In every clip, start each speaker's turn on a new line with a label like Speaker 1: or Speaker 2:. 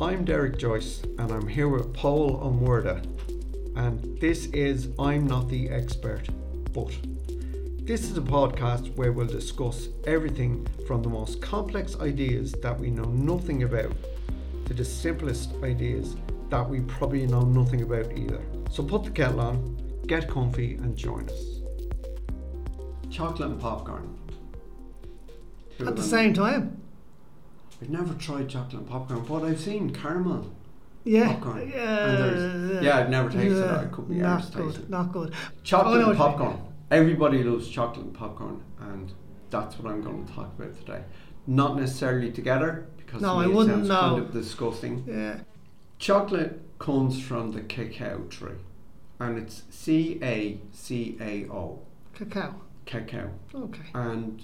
Speaker 1: I'm Derek Joyce, and I'm here with Paul Omwerda. And this is I'm Not the Expert, but. This is a podcast where we'll discuss everything from the most complex ideas that we know nothing about to the simplest ideas that we probably know nothing about either. So put the kettle on, get comfy, and join us. Chocolate and popcorn. Two
Speaker 2: At
Speaker 1: of
Speaker 2: the
Speaker 1: them.
Speaker 2: same time.
Speaker 1: I've never tried chocolate and popcorn, but I've seen caramel.
Speaker 2: Yeah.
Speaker 1: Popcorn. Oh, And
Speaker 2: Yeah.
Speaker 1: there's- yeah, I've never tasted it.
Speaker 2: Yeah,
Speaker 1: It could be
Speaker 2: Not
Speaker 1: Irish
Speaker 2: good.
Speaker 1: tasting.
Speaker 2: Not good.
Speaker 1: Chocolate
Speaker 2: I know
Speaker 1: and
Speaker 2: what you mean.
Speaker 1: popcorn. Everybody loves chocolate and popcorn, and that's what I'm going to talk about today. Not necessarily together, because
Speaker 2: No,
Speaker 1: to me
Speaker 2: I
Speaker 1: it
Speaker 2: wouldn't
Speaker 1: sounds
Speaker 2: know.
Speaker 1: kind of disgusting.
Speaker 2: Yeah.
Speaker 1: Chocolate comes from the cacao tree, and it's C A C A O,
Speaker 2: Cacao.
Speaker 1: cacao.
Speaker 2: Okay.
Speaker 1: And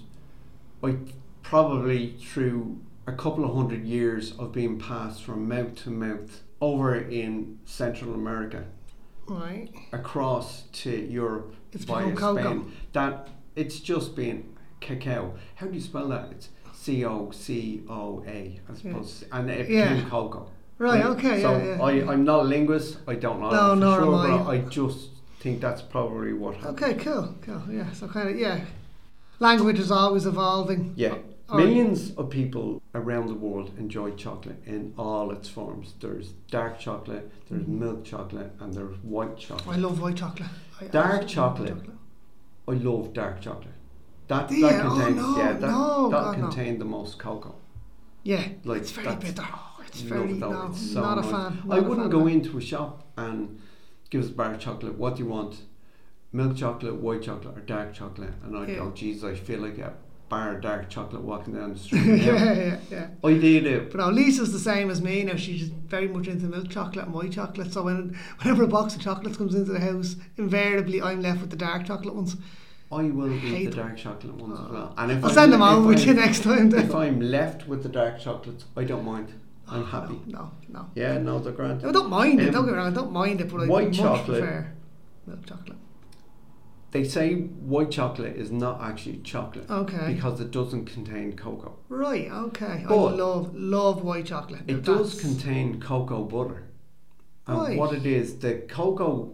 Speaker 1: I probably through a couple of hundred years of being passed from mouth to mouth over in Central America
Speaker 2: Right.
Speaker 1: across to Europe
Speaker 2: It's
Speaker 1: via
Speaker 2: become cocoa.
Speaker 1: Spain. That it's just been cacao. How do you spell that? It's C O C O A, I suppose, and it
Speaker 2: Yeah.
Speaker 1: became cocoa.
Speaker 2: Right. Okay.
Speaker 1: So
Speaker 2: yeah. yeah.
Speaker 1: I, I'm not a linguist. I don't know.
Speaker 2: No,
Speaker 1: for
Speaker 2: nor
Speaker 1: sure,
Speaker 2: am I.
Speaker 1: But I just think that's probably what happened.
Speaker 2: okay. Cool. Cool. Yeah. So kind of yeah. Language is always evolving.
Speaker 1: Yeah.
Speaker 2: All right.
Speaker 1: Millions of people around the world enjoy chocolate in all its forms. There's dark chocolate, there's
Speaker 2: Mm-hmm.
Speaker 1: milk chocolate, and there's white chocolate.
Speaker 2: I love white chocolate. I
Speaker 1: Dark
Speaker 2: absolutely love white
Speaker 1: chocolate. I love dark chocolate. That, that
Speaker 2: Yeah, oh
Speaker 1: contains
Speaker 2: no,
Speaker 1: yeah, that,
Speaker 2: no,
Speaker 1: that
Speaker 2: God, no.
Speaker 1: contained the most cocoa.
Speaker 2: Yeah.
Speaker 1: Like,
Speaker 2: it's very
Speaker 1: that's-
Speaker 2: bitter. Oh, it's
Speaker 1: Love
Speaker 2: very
Speaker 1: it though,
Speaker 2: no.
Speaker 1: it's so
Speaker 2: not a
Speaker 1: nice.
Speaker 2: fan.
Speaker 1: I
Speaker 2: not a
Speaker 1: wouldn't
Speaker 2: fan,
Speaker 1: go
Speaker 2: no.
Speaker 1: into a shop and give us a bar of chocolate. What do you want? Milk chocolate, white chocolate, or dark chocolate? And I'd
Speaker 2: Yeah.
Speaker 1: go, Jesus, I feel like a bar of dark chocolate walking down the street. now."
Speaker 2: yeah. Yeah. Yeah.
Speaker 1: I did it.
Speaker 2: But now Lisa's the same as me. Now she's very much into milk chocolate and white chocolate. So when whenever a box of chocolates comes into the house, invariably I'm left with the dark chocolate ones.
Speaker 1: I will eat
Speaker 2: hate Oh.
Speaker 1: the dark chocolate ones as well. And if
Speaker 2: I'll
Speaker 1: I'm-
Speaker 2: send them
Speaker 1: if
Speaker 2: over to you
Speaker 1: I'm-
Speaker 2: next time. Then.
Speaker 1: If I'm left with the dark chocolates, I don't mind. I'm happy.
Speaker 2: Oh, No, no.
Speaker 1: Yeah, no, they're grand.
Speaker 2: I don't mind it.
Speaker 1: Um,
Speaker 2: Don't get me wrong. I don't mind it, but I
Speaker 1: white
Speaker 2: much
Speaker 1: chocolate.
Speaker 2: prefer milk chocolate.
Speaker 1: They say white chocolate is not actually chocolate
Speaker 2: Okay.
Speaker 1: because it doesn't contain cocoa.
Speaker 2: Right. Okay. I
Speaker 1: But-
Speaker 2: love love white chocolate. Now
Speaker 1: It does
Speaker 2: that's-
Speaker 1: contain cocoa butter. And
Speaker 2: Right.
Speaker 1: what it is, the cocoa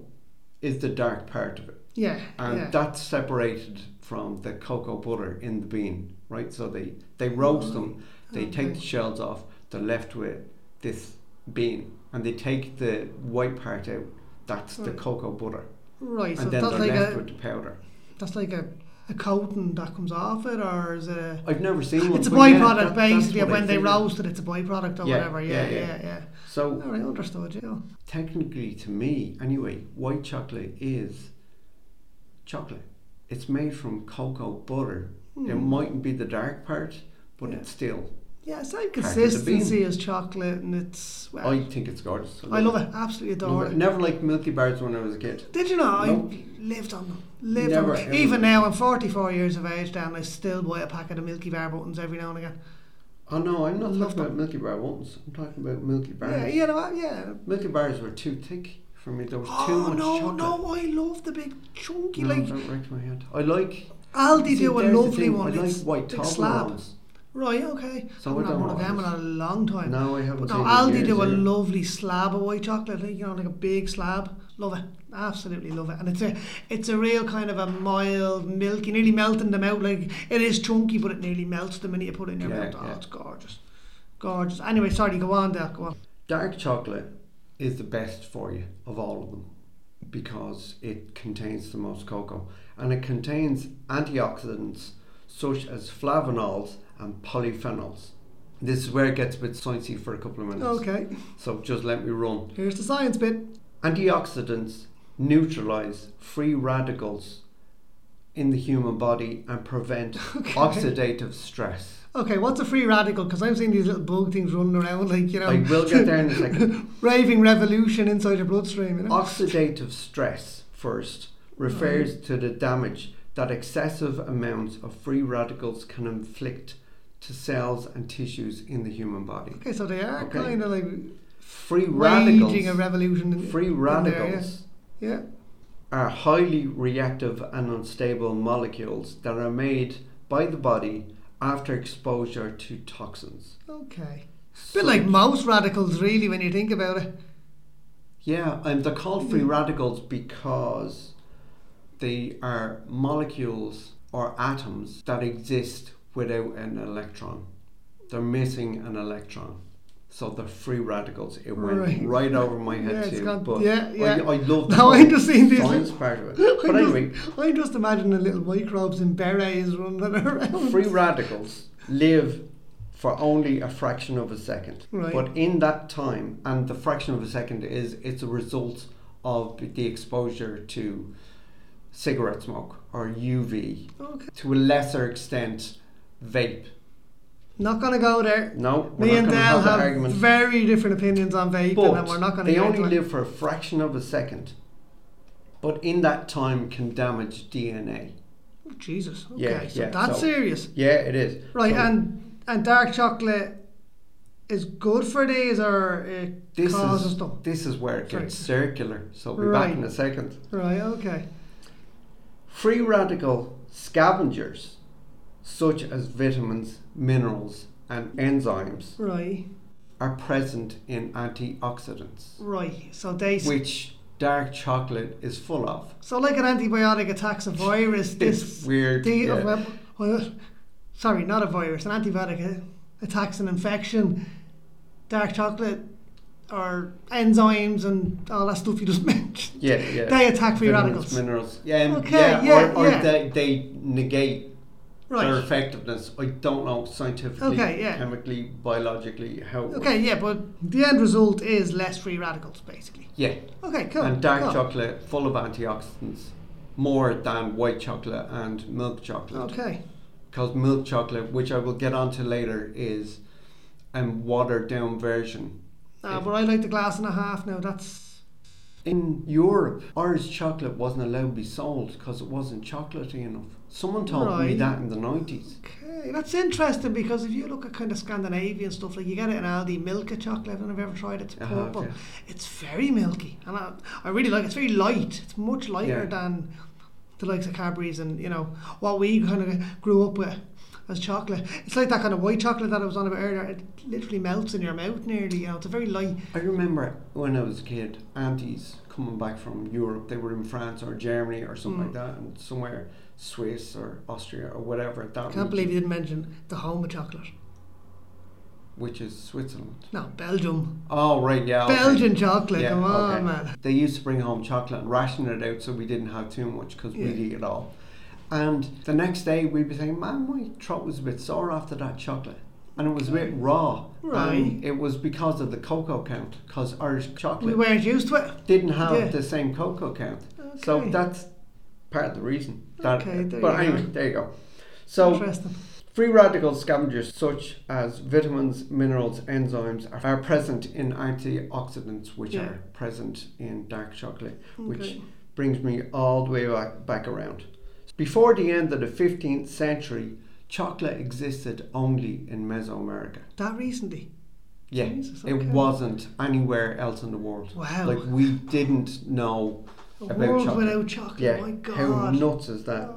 Speaker 1: is the dark part of it.
Speaker 2: Yeah.
Speaker 1: And
Speaker 2: yeah.
Speaker 1: that's separated from the cocoa butter in the bean, right? So they, they roast them, they take
Speaker 2: Mm. Oh, Okay.
Speaker 1: the shells off, they're left with this bean. And they take the white part out, that's the
Speaker 2: Right.
Speaker 1: cocoa butter.
Speaker 2: right. Hmm. So
Speaker 1: and then
Speaker 2: that's
Speaker 1: they're
Speaker 2: like
Speaker 1: left
Speaker 2: a
Speaker 1: with the powder.
Speaker 2: that's like a, a coating that comes off it, or is it? A,
Speaker 1: I've never seen one.
Speaker 2: It's a
Speaker 1: but yeah,
Speaker 2: byproduct,
Speaker 1: that- that's
Speaker 2: basically,
Speaker 1: what
Speaker 2: of
Speaker 1: I
Speaker 2: when they
Speaker 1: figured.
Speaker 2: roast it, it's a byproduct or
Speaker 1: Yeah,
Speaker 2: whatever. Yeah,
Speaker 1: yeah,
Speaker 2: yeah,
Speaker 1: yeah.
Speaker 2: yeah.
Speaker 1: So
Speaker 2: All right, understood. Yeah.
Speaker 1: technically to me anyway white chocolate is chocolate it's made from cocoa butter
Speaker 2: Hmm.
Speaker 1: it mightn't be the dark part but
Speaker 2: Yeah.
Speaker 1: it's still
Speaker 2: Yeah, same
Speaker 1: the
Speaker 2: consistency as chocolate, and it's well,
Speaker 1: i
Speaker 2: I,
Speaker 1: think it's gorgeous
Speaker 2: love it, absolutely adore
Speaker 1: Love it.
Speaker 2: it.
Speaker 1: never liked milky bars when i was a kid
Speaker 2: Did you know
Speaker 1: Nope.
Speaker 2: I lived on them? Lived
Speaker 1: Never,
Speaker 2: on them.
Speaker 1: ever.
Speaker 2: Even now, I'm 44 years of age, now, and I still buy a packet of Milky Bar buttons every now and again.
Speaker 1: oh no i'm not
Speaker 2: Love
Speaker 1: talking about milky bar ones i'm talking about milky bars
Speaker 2: Yeah, you know what? Yeah.
Speaker 1: milky bars were too thick for me there was too
Speaker 2: Oh
Speaker 1: much
Speaker 2: no,
Speaker 1: chocolate
Speaker 2: no! I love the big chunky
Speaker 1: No,
Speaker 2: like
Speaker 1: don't wreck my hand. I like.
Speaker 2: Aldi
Speaker 1: see,
Speaker 2: do a
Speaker 1: there's the
Speaker 2: lovely
Speaker 1: thing,
Speaker 2: one.
Speaker 1: I like
Speaker 2: it's
Speaker 1: white
Speaker 2: big slab.
Speaker 1: Toblerones.
Speaker 2: Right, okay.
Speaker 1: So
Speaker 2: I've
Speaker 1: I
Speaker 2: not
Speaker 1: don't
Speaker 2: had one of
Speaker 1: know
Speaker 2: them in
Speaker 1: what
Speaker 2: a long time.
Speaker 1: No, I haven't
Speaker 2: But
Speaker 1: seen
Speaker 2: no,
Speaker 1: it in
Speaker 2: Aldi
Speaker 1: years
Speaker 2: do a
Speaker 1: either.
Speaker 2: lovely slab of white chocolate, like, you know, like a big slab. Love it, absolutely love it. And it's a, it's a real kind of a mild, milky, nearly melting them out. Like it is chunky, but it nearly melts the minute you put it in your
Speaker 1: Yeah,
Speaker 2: mouth. Oh,
Speaker 1: yeah.
Speaker 2: it's gorgeous, gorgeous. Anyway, sorry, go on, Del, go on.
Speaker 1: Dark chocolate is the best for you of all of them because it contains the most cocoa and it contains antioxidants such as flavonols and polyphenols. This is where it gets a bit sciencey for a couple of minutes.
Speaker 2: Okay,
Speaker 1: So just let me run.
Speaker 2: here's the science bit.
Speaker 1: Antioxidants neutralize free radicals in the human body and prevent oxidative stress.
Speaker 2: Okay, what's a free radical? Because I've seen these little bug things running around, like you know,
Speaker 1: I will get there in a second.
Speaker 2: raving revolution inside your bloodstream. You know?
Speaker 1: Oxidative stress first refers
Speaker 2: Mm.
Speaker 1: to the damage that excessive amounts of free radicals can inflict to cells and tissues in the human body.
Speaker 2: Okay, so they are
Speaker 1: Okay.
Speaker 2: kind of like
Speaker 1: Free
Speaker 2: waging a
Speaker 1: radicals,
Speaker 2: revolution. In,
Speaker 1: free
Speaker 2: in there,
Speaker 1: radicals
Speaker 2: yeah. yeah.
Speaker 1: are highly reactive and unstable molecules that are made by the body after exposure to toxins.
Speaker 2: Okay. bit like most radicals, really, when you think about it.
Speaker 1: Yeah, and they're called
Speaker 2: Mm.
Speaker 1: free radicals because they are molecules or atoms that exist without an electron. They're missing an electron. So they're free radicals. It went
Speaker 2: Right.
Speaker 1: right, over my head
Speaker 2: Yeah, it's
Speaker 1: too.
Speaker 2: gone-
Speaker 1: but
Speaker 2: yeah, yeah.
Speaker 1: I, I love the
Speaker 2: No, I
Speaker 1: whole
Speaker 2: just seen this.
Speaker 1: science part of
Speaker 2: I
Speaker 1: it. But
Speaker 2: just-
Speaker 1: anyway,
Speaker 2: I just imagine the little microbes in berets running around.
Speaker 1: free radicals live for only a fraction of a second.
Speaker 2: Right.
Speaker 1: But in that time, and the fraction of a second is it's a result of the exposure to cigarette smoke or UV,
Speaker 2: Okay.
Speaker 1: to a lesser extent, vape.
Speaker 2: Not gonna go there.
Speaker 1: No, we're
Speaker 2: Me
Speaker 1: not going
Speaker 2: and
Speaker 1: to
Speaker 2: Dale
Speaker 1: have that
Speaker 2: have
Speaker 1: argument.
Speaker 2: very different opinions on vaping, and we're not
Speaker 1: But
Speaker 2: gonna.
Speaker 1: they
Speaker 2: get
Speaker 1: only
Speaker 2: into it.
Speaker 1: live for a fraction of a second, but in that time can damage DNA.
Speaker 2: Oh, Jesus. Okay,
Speaker 1: Yeah,
Speaker 2: so
Speaker 1: yeah,
Speaker 2: that's
Speaker 1: so-
Speaker 2: serious,
Speaker 1: Yeah, it is.
Speaker 2: right?
Speaker 1: So
Speaker 2: and and dark chocolate is good for these, or it
Speaker 1: this
Speaker 2: causes
Speaker 1: is
Speaker 2: them.
Speaker 1: this is where it
Speaker 2: Sorry.
Speaker 1: gets circular. So we'll be back in a second.
Speaker 2: Right. Okay.
Speaker 1: Free radical scavengers, such as vitamins, minerals, and enzymes,
Speaker 2: Right.
Speaker 1: are present in antioxidants,
Speaker 2: Right. So they. s-
Speaker 1: which dark chocolate is full of.
Speaker 2: So like an antibiotic attacks a virus. This
Speaker 1: It's weird.
Speaker 2: The,
Speaker 1: yeah.
Speaker 2: well, well, sorry, not a virus, an antibiotic uh, attacks an infection, dark chocolate, or enzymes and all that stuff you just mentioned.
Speaker 1: Yeah, yeah.
Speaker 2: They attack free
Speaker 1: Vitamins,
Speaker 2: radicals.
Speaker 1: Minerals. Yeah, um,
Speaker 2: Okay,
Speaker 1: yeah,
Speaker 2: yeah,
Speaker 1: or, or
Speaker 2: yeah.
Speaker 1: They, they negate their
Speaker 2: Right.
Speaker 1: effectiveness. I don't know scientifically,
Speaker 2: Okay, yeah.
Speaker 1: chemically, biologically, how. it works.
Speaker 2: Okay, yeah, but the end result is less free radicals, basically.
Speaker 1: Yeah,
Speaker 2: Okay, cool.
Speaker 1: and dark
Speaker 2: cool.
Speaker 1: chocolate full of antioxidants, more than white chocolate and milk chocolate.
Speaker 2: Okay,
Speaker 1: Because milk chocolate, which I will get onto later, is a watered down version.
Speaker 2: uh, but I like the glass and a half now. That's
Speaker 1: In Europe, Irish chocolate wasn't allowed to be sold because it wasn't chocolatey enough. Someone told me
Speaker 2: Right.
Speaker 1: that in the 90s.
Speaker 2: okay. That's interesting because if you look at kind of Scandinavian stuff, like you get it in Aldi, Milka chocolate. I don't know if you've ever tried it. It's
Speaker 1: Uh-huh,
Speaker 2: purple.
Speaker 1: okay.
Speaker 2: It's very milky, and I, I really like. it. It's very light. It's much lighter
Speaker 1: Yeah.
Speaker 2: than the likes of Cadbury's and you know what we kind of grew up with as chocolate. It's like that kind of white chocolate that I was on about earlier. It literally melts in your mouth nearly. You know, it's a very light.
Speaker 1: I remember when I was a kid, aunties coming back from Europe, they were in France or Germany or something
Speaker 2: Mm.
Speaker 1: like that, and somewhere Swiss or Austria or whatever. That
Speaker 2: I can't
Speaker 1: region,
Speaker 2: believe you didn't mention the home of chocolate.
Speaker 1: Which is Switzerland.
Speaker 2: No, Belgium,
Speaker 1: Oh, right, yeah. okay.
Speaker 2: Belgian chocolate.
Speaker 1: Yeah,
Speaker 2: come on,
Speaker 1: okay.
Speaker 2: man.
Speaker 1: They used to bring home chocolate and ration it out so we didn't have too much because we'd
Speaker 2: Yeah.
Speaker 1: eat it all. And the next day we'd be saying, man, my throat was a bit sore after that chocolate. And it was a bit raw.
Speaker 2: Right.
Speaker 1: And it was because of the cocoa count, because Irish
Speaker 2: We
Speaker 1: chocolate
Speaker 2: weren't used to it.
Speaker 1: didn't have
Speaker 2: Yeah.
Speaker 1: the same cocoa count. So
Speaker 2: Okay.
Speaker 1: that's part of the reason. That,
Speaker 2: Okay, there
Speaker 1: but
Speaker 2: you go.
Speaker 1: anyway, there you go. So
Speaker 2: Interesting.
Speaker 1: free radical scavengers such as vitamins, minerals, enzymes are, are present in antioxidants which
Speaker 2: Yeah.
Speaker 1: are present in dark chocolate, which
Speaker 2: Okay.
Speaker 1: brings me all the way back, back around. Before the end of the 15th century, chocolate existed only in Mesoamerica.
Speaker 2: That recently.
Speaker 1: Yeah,
Speaker 2: Jesus,
Speaker 1: it
Speaker 2: okay.
Speaker 1: wasn't anywhere else in the world.
Speaker 2: Wow.
Speaker 1: Like we didn't know
Speaker 2: A
Speaker 1: about
Speaker 2: world
Speaker 1: chocolate.
Speaker 2: without chocolate.
Speaker 1: yeah,
Speaker 2: My God.
Speaker 1: how nuts is that?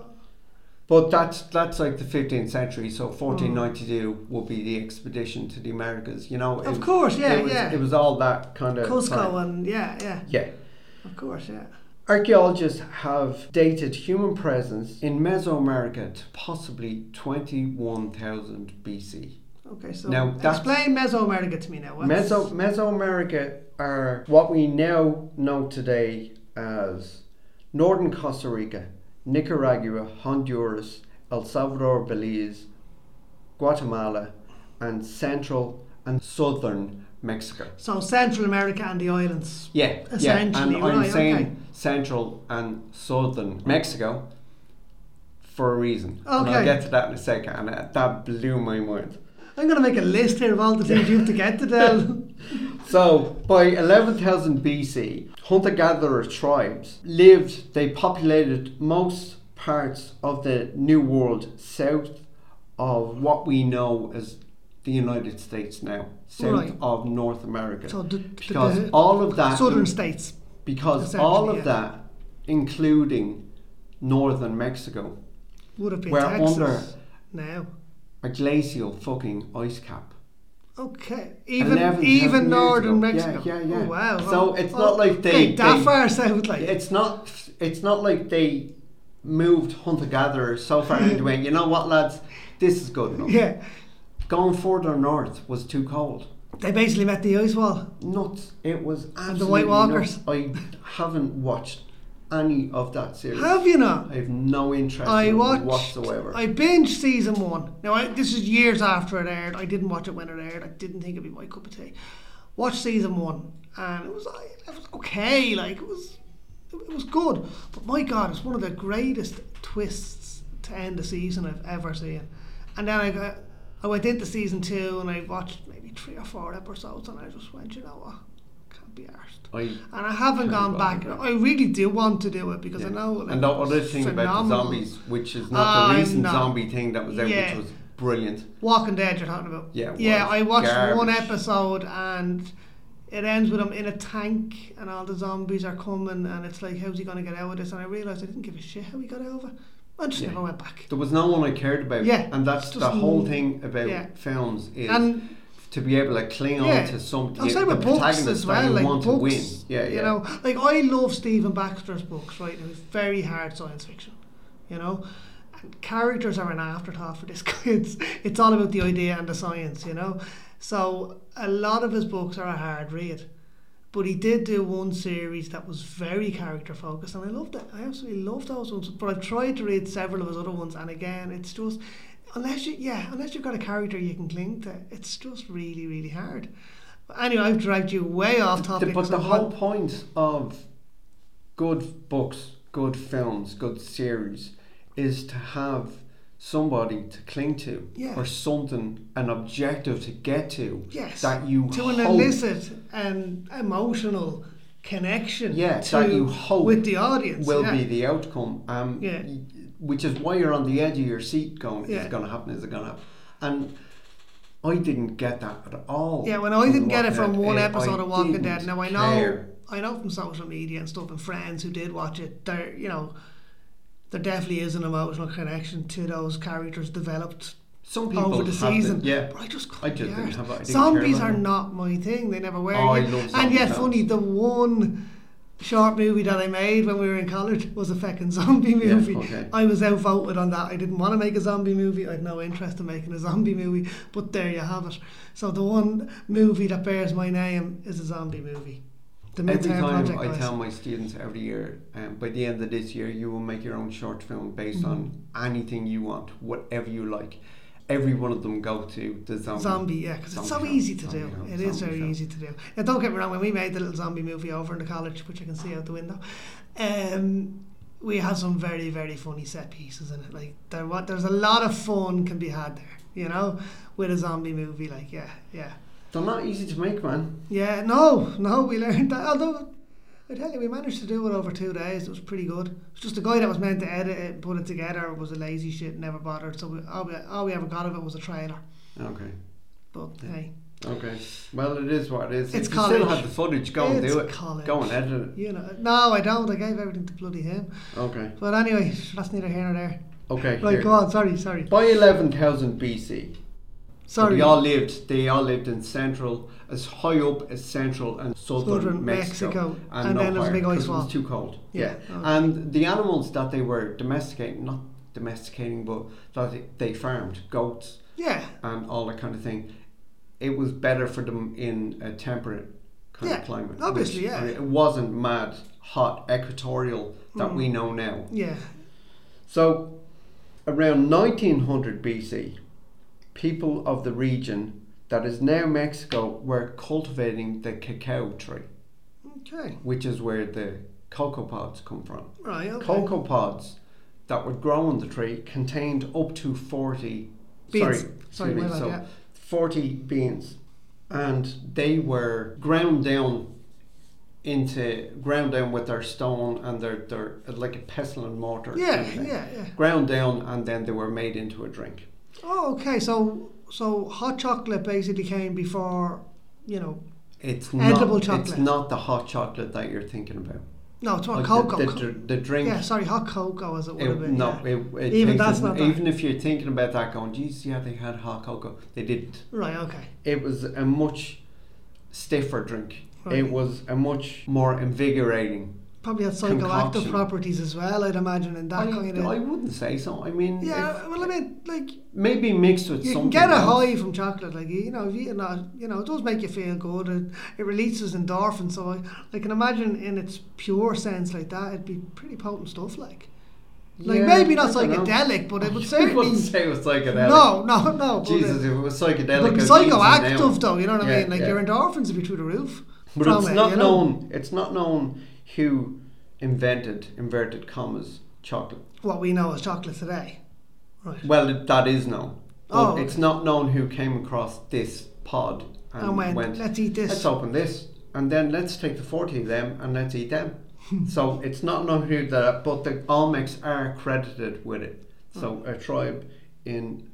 Speaker 1: But that's that's like the 15th century, so
Speaker 2: Mm.
Speaker 1: 1492 would be the expedition to the Americas. You know,
Speaker 2: Of course, yeah,
Speaker 1: it was,
Speaker 2: yeah.
Speaker 1: It was all that kind of time.
Speaker 2: Cusco and yeah, yeah.
Speaker 1: Yeah.
Speaker 2: Of course, yeah.
Speaker 1: Archaeologists have dated human presence in Mesoamerica to possibly 21,000 BC.
Speaker 2: Okay, so
Speaker 1: Now, that's-
Speaker 2: explain Mesoamerica to me now. What's-
Speaker 1: Meso Mesoamerica are what we now know today as northern Costa Rica, Nicaragua, Honduras, El Salvador, Belize, Guatemala, and central and southern Mexico.
Speaker 2: So Central America and the islands.
Speaker 1: Yeah, yeah, and
Speaker 2: Essentially,
Speaker 1: I'm
Speaker 2: right,
Speaker 1: saying
Speaker 2: okay.
Speaker 1: central and southern Mexico for a reason. And
Speaker 2: Okay.
Speaker 1: I'll get to that in a second, and that- that blew my mind.
Speaker 2: I'm gonna make a list here of all the things you have to get to Del.
Speaker 1: So, by 11,000 BC, hunter gatherer tribes lived, they populated most parts of the New World south of what we know as the United States now, south
Speaker 2: Right.
Speaker 1: of North America.
Speaker 2: So the, the,
Speaker 1: because
Speaker 2: the
Speaker 1: all of that,
Speaker 2: southern states.
Speaker 1: because all of
Speaker 2: essentially, yeah.
Speaker 1: that, including northern Mexico,
Speaker 2: Would have been
Speaker 1: We're
Speaker 2: Texas.
Speaker 1: under-
Speaker 2: now.
Speaker 1: a glacial fucking ice cap.
Speaker 2: Okay. Even
Speaker 1: 11,
Speaker 2: even
Speaker 1: 11 years
Speaker 2: northern
Speaker 1: ago. Yeah,
Speaker 2: Mexico.
Speaker 1: yeah, yeah.
Speaker 2: Oh, wow.
Speaker 1: So
Speaker 2: Oh,
Speaker 1: it's
Speaker 2: oh,
Speaker 1: not like they-
Speaker 2: okay, that
Speaker 1: they-
Speaker 2: far south, like
Speaker 1: It's not. It's not like they moved hunter gatherers so far into went. You know what, lads? This is good enough.
Speaker 2: yeah.
Speaker 1: Going further north was too cold.
Speaker 2: They basically met the ice wall.
Speaker 1: Nuts. It was
Speaker 2: And
Speaker 1: absolutely
Speaker 2: the White
Speaker 1: nuts. I haven't watched any of that series.
Speaker 2: Have you not?
Speaker 1: I have no interest
Speaker 2: I
Speaker 1: in it
Speaker 2: watched.
Speaker 1: whatsoever.
Speaker 2: I binged season one. Now I, this is years after it aired. I didn't watch it when it aired. I didn't think it'd be my cup of tea. Watched season one, and it was I- it was okay. Like it was, it was good. But my God, it's one of the greatest twists to end a season I've ever seen. And then I got, I went into season two, and I watched maybe three or four episodes, and I just went, you know what, can't be arsed.
Speaker 1: I-
Speaker 2: And I haven't
Speaker 1: Can't be
Speaker 2: gone back.
Speaker 1: bothered.
Speaker 2: I really do want to do it because I
Speaker 1: Yeah.
Speaker 2: know. Like,
Speaker 1: and the other thing about the
Speaker 2: phenomenal.
Speaker 1: zombies, which is not
Speaker 2: I'm
Speaker 1: the recent
Speaker 2: not-
Speaker 1: zombie thing that was out,
Speaker 2: Yeah.
Speaker 1: which was brilliant.
Speaker 2: Walking Dead you're talking about.
Speaker 1: Yeah, it
Speaker 2: Yeah,
Speaker 1: was
Speaker 2: I watched
Speaker 1: garbage.
Speaker 2: one episode and it ends with him in a tank and all the zombies are coming and it's like, how's he going to get out of this? And I realised I didn't give a shit how he got out of it. I just
Speaker 1: Yeah.
Speaker 2: never went back.
Speaker 1: There was no one I cared about.
Speaker 2: Yeah.
Speaker 1: And that's
Speaker 2: It's
Speaker 1: the
Speaker 2: just
Speaker 1: whole
Speaker 2: n-
Speaker 1: thing about
Speaker 2: yeah.
Speaker 1: films is
Speaker 2: And-
Speaker 1: to be able to cling on
Speaker 2: Yeah.
Speaker 1: to something.
Speaker 2: I'm saying
Speaker 1: the
Speaker 2: with books
Speaker 1: protagonist
Speaker 2: as
Speaker 1: that
Speaker 2: well,
Speaker 1: you
Speaker 2: like
Speaker 1: want
Speaker 2: books.
Speaker 1: to win. Yeah, yeah.
Speaker 2: You know, like I love Stephen Baxter's books, right? It was very hard science fiction, you know. And characters are an afterthought for this guy. It's it's all about the idea and the science, you know. So a lot of his books are a hard read. But he did do one series that was very character focused, and I loved it. I absolutely loved those ones. But I've tried to read several of his other ones, and again, it's just unless you yeah unless you've got a character you can cling to, it's just really really hard. Anyway, I've dragged you way off
Speaker 1: The-
Speaker 2: topic.
Speaker 1: but the
Speaker 2: so
Speaker 1: whole
Speaker 2: what-
Speaker 1: point of good books, good films, good series is to have somebody to cling to
Speaker 2: Yeah.
Speaker 1: or something, an objective to get to
Speaker 2: yes,
Speaker 1: that you
Speaker 2: to an
Speaker 1: hope-
Speaker 2: illicit and emotional connection.
Speaker 1: Yeah,
Speaker 2: to,
Speaker 1: that you hope
Speaker 2: with the audience
Speaker 1: will
Speaker 2: yeah.
Speaker 1: be the outcome. Um,
Speaker 2: Yeah.
Speaker 1: y- Which is why you're on the edge of your seat going, is
Speaker 2: Yeah.
Speaker 1: it going to happen? Is it going to happen? And I didn't get that at all.
Speaker 2: Yeah, when I
Speaker 1: from
Speaker 2: didn't get it
Speaker 1: Walking
Speaker 2: from
Speaker 1: Dead.
Speaker 2: one
Speaker 1: Eh,
Speaker 2: episode
Speaker 1: I
Speaker 2: of Walking Dead.
Speaker 1: didn't
Speaker 2: Now I know,
Speaker 1: care.
Speaker 2: I know from social media and stuff, and friends who did watch it. There, you know, there definitely is an emotional connection to those characters developed
Speaker 1: Some people
Speaker 2: over the
Speaker 1: have
Speaker 2: season.
Speaker 1: It, yeah.
Speaker 2: but I just couldn't
Speaker 1: I just
Speaker 2: be
Speaker 1: didn't
Speaker 2: arsed.
Speaker 1: have it. I didn't
Speaker 2: Zombies
Speaker 1: care
Speaker 2: are
Speaker 1: about it.
Speaker 2: not my thing. They never were.
Speaker 1: Oh, I
Speaker 2: Yeah.
Speaker 1: love
Speaker 2: and
Speaker 1: zombie
Speaker 2: yet,
Speaker 1: films.
Speaker 2: funny, the one short movie that I made when we were in college was a fucking zombie
Speaker 1: Yeah,
Speaker 2: movie.
Speaker 1: okay.
Speaker 2: I was outvoted on that. I didn't want to make a zombie movie. I had no interest in making a zombie movie. But there you have it. So the one movie that bears my name is a zombie movie. The
Speaker 1: Every
Speaker 2: Midtown
Speaker 1: time
Speaker 2: Project.
Speaker 1: I
Speaker 2: guys.
Speaker 1: tell my students every year, um, by the end of this year, you will make your own short film based on
Speaker 2: Mm-hmm.
Speaker 1: anything you want, whatever you like. Every one of them go to the zombie.
Speaker 2: Zombie, yeah, because it's so
Speaker 1: zombie film,
Speaker 2: easy to
Speaker 1: zombie
Speaker 2: do.
Speaker 1: film,
Speaker 2: It is
Speaker 1: zombie
Speaker 2: very
Speaker 1: film.
Speaker 2: easy to do. Now, don't get me wrong. When we made the little zombie movie over in the college, which I can see out the window, um, we had some very very funny set pieces in it. Like there, what there's a lot of fun can be had there. You know, with a zombie movie, like yeah, yeah,
Speaker 1: They're not easy to make, man.
Speaker 2: yeah. No, no, we learned that. Although I tell you, we managed to do it over two days. It was pretty good. It was just the guy that was meant to edit it and put it together was a lazy shit, never bothered. So we, all, we, all we ever got of it was a trailer.
Speaker 1: Okay.
Speaker 2: But hey,
Speaker 1: Okay. Well, it is what it is.
Speaker 2: It's
Speaker 1: if you still
Speaker 2: college.
Speaker 1: have the footage, go and
Speaker 2: It's
Speaker 1: do it.
Speaker 2: college.
Speaker 1: Go and edit it.
Speaker 2: You know, no, I don't. I gave everything to bloody him.
Speaker 1: Okay.
Speaker 2: But anyway, that's neither here nor there.
Speaker 1: Okay.
Speaker 2: Right,
Speaker 1: here.
Speaker 2: go on. Sorry, sorry,
Speaker 1: By 11,000 BC,
Speaker 2: sorry.
Speaker 1: They all lived. They all lived in central, as high up as central and southern,
Speaker 2: Southern
Speaker 1: Mexico,
Speaker 2: Mexico.
Speaker 1: and,
Speaker 2: And
Speaker 1: no
Speaker 2: then there was a
Speaker 1: higher,
Speaker 2: big ice
Speaker 1: 'cause It
Speaker 2: wall.
Speaker 1: was too cold.
Speaker 2: Yeah,
Speaker 1: Yeah.
Speaker 2: okay.
Speaker 1: And the animals that they were domesticating, not domesticating, but that they, they farmed goats
Speaker 2: Yeah,
Speaker 1: and all that kind of thing. It was better for them in a temperate kind
Speaker 2: Yeah,
Speaker 1: of climate.
Speaker 2: obviously,
Speaker 1: which- I
Speaker 2: yeah.
Speaker 1: mean, it wasn't mad, hot, equatorial that
Speaker 2: Mm.
Speaker 1: we know now.
Speaker 2: yeah.
Speaker 1: So, around 1900 BC, people of the region that is now Mexico were cultivating the cacao tree,
Speaker 2: Okay,
Speaker 1: which is where the cocoa pods come from.
Speaker 2: right. Okay.
Speaker 1: Cocoa pods that were grown the tree contained up to 40
Speaker 2: Beans.
Speaker 1: Sorry,
Speaker 2: Sorry,
Speaker 1: excuse
Speaker 2: my
Speaker 1: me,
Speaker 2: bad,
Speaker 1: so
Speaker 2: yeah.
Speaker 1: 40 beans. And they were ground down into ground down with their stone and their, their like a pestle and mortar.
Speaker 2: Yeah,
Speaker 1: kind of thing
Speaker 2: yeah, yeah.
Speaker 1: ground down and then they were made into a drink.
Speaker 2: Oh, okay. So, so hot chocolate basically came before, you know.
Speaker 1: It's
Speaker 2: Edible
Speaker 1: not,
Speaker 2: chocolate.
Speaker 1: It's not the hot chocolate that you're thinking about.
Speaker 2: No, it's more
Speaker 1: Like
Speaker 2: cocoa.
Speaker 1: Oh, the, the,
Speaker 2: co-
Speaker 1: dr- the drink.
Speaker 2: yeah, sorry, hot cocoa as it would
Speaker 1: It-
Speaker 2: have been.
Speaker 1: no,
Speaker 2: yeah.
Speaker 1: it, it
Speaker 2: Even
Speaker 1: takes
Speaker 2: that's
Speaker 1: us-
Speaker 2: not bad.
Speaker 1: even if you're thinking about that, going, geez, yeah, they had hot cocoa. They didn't.
Speaker 2: Right, okay.
Speaker 1: It was a much stiffer drink.
Speaker 2: Right.
Speaker 1: It was a much more invigorating
Speaker 2: Probably had psychoactive
Speaker 1: Concoction.
Speaker 2: properties as well, I'd imagine, in that
Speaker 1: I,
Speaker 2: kind
Speaker 1: I
Speaker 2: of.
Speaker 1: wouldn't say so. I mean, if-
Speaker 2: Yeah, well, I mean, like,
Speaker 1: maybe mixed with
Speaker 2: you can
Speaker 1: something.
Speaker 2: get a
Speaker 1: else.
Speaker 2: high from chocolate, like you know, if you know, you know, it does make you feel good. It, it releases endorphins, so I, I can imagine in its pure sense like that, it'd be pretty potent stuff. Like, like
Speaker 1: Yeah,
Speaker 2: maybe not
Speaker 1: I don't know.
Speaker 2: psychedelic, but it would
Speaker 1: I wouldn't
Speaker 2: certainly
Speaker 1: say it was psychedelic.
Speaker 2: no, no, no. but
Speaker 1: Jesus,
Speaker 2: it-
Speaker 1: if it was psychedelic,
Speaker 2: but
Speaker 1: I'd use it now.
Speaker 2: psychoactive though, you know what I
Speaker 1: Yeah,
Speaker 2: mean? Like
Speaker 1: yeah.
Speaker 2: your endorphins would be through the roof.
Speaker 1: But
Speaker 2: from
Speaker 1: it's
Speaker 2: it,
Speaker 1: not
Speaker 2: you know?
Speaker 1: known. It's not known who invented inverted commas chocolate.
Speaker 2: what we know as chocolate today. Right.
Speaker 1: Well, it- that is known. But
Speaker 2: Oh, okay.
Speaker 1: it's not known who came across this pod and,
Speaker 2: and when
Speaker 1: went.
Speaker 2: let's eat this.
Speaker 1: Let's open this, and then let's take the forty of them and let's eat them. so it's not known who that, but the Olmecs are credited with it.
Speaker 2: Oh.
Speaker 1: So a tribe in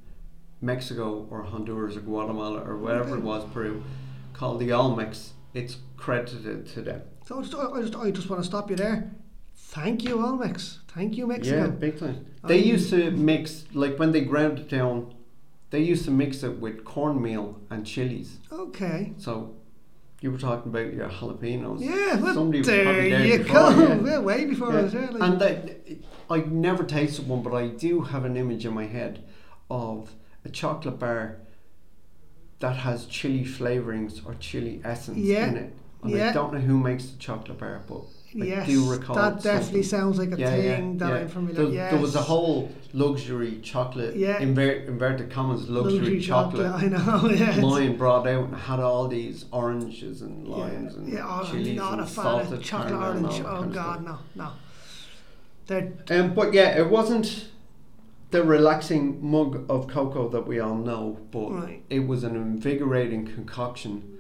Speaker 1: Mexico or Honduras or Guatemala or wherever it
Speaker 2: Okay.
Speaker 1: was, Peru, called the Olmecs. It's credited to them.
Speaker 2: So I just, I just, I just want to stop you there. Thank you, Olmex. Thank you,
Speaker 1: Yeah,
Speaker 2: Mexico.
Speaker 1: big time. They
Speaker 2: Um,
Speaker 1: used to mix like when they ground it down. They used to mix it with cornmeal and chilies.
Speaker 2: Okay.
Speaker 1: So you were talking about your jalapenos.
Speaker 2: Yeah, well,
Speaker 1: Somebody was
Speaker 2: there
Speaker 1: probably there
Speaker 2: you
Speaker 1: before,
Speaker 2: go.
Speaker 1: yeah.
Speaker 2: Well, way before I was there. Like,
Speaker 1: And I, I never tasted one, but I do have an image in my head of a chocolate bar that has chili flavorings or chili essence
Speaker 2: Yeah,
Speaker 1: in it. And I
Speaker 2: yeah.
Speaker 1: don't know who makes the chocolate bar, but I
Speaker 2: yes,
Speaker 1: do recall
Speaker 2: that
Speaker 1: something.
Speaker 2: definitely sounds like a thing that I'm familiar
Speaker 1: There,
Speaker 2: with. Yes.
Speaker 1: there was a whole luxury chocolate,
Speaker 2: Yeah.
Speaker 1: inver- inverted commas, luxury, chocolate,
Speaker 2: I know, yes.
Speaker 1: line brought out and had all these oranges and limes and
Speaker 2: yeah, oh,
Speaker 1: chilies
Speaker 2: I'm not
Speaker 1: and
Speaker 2: a fan
Speaker 1: salted
Speaker 2: of chocolate
Speaker 1: caramel and all
Speaker 2: orange.
Speaker 1: that
Speaker 2: Oh,
Speaker 1: kind of stuff.
Speaker 2: God, no, no. They're,
Speaker 1: Um, but yeah, it wasn't the relaxing mug of cocoa that we all know, but
Speaker 2: Right.
Speaker 1: it was an invigorating concoction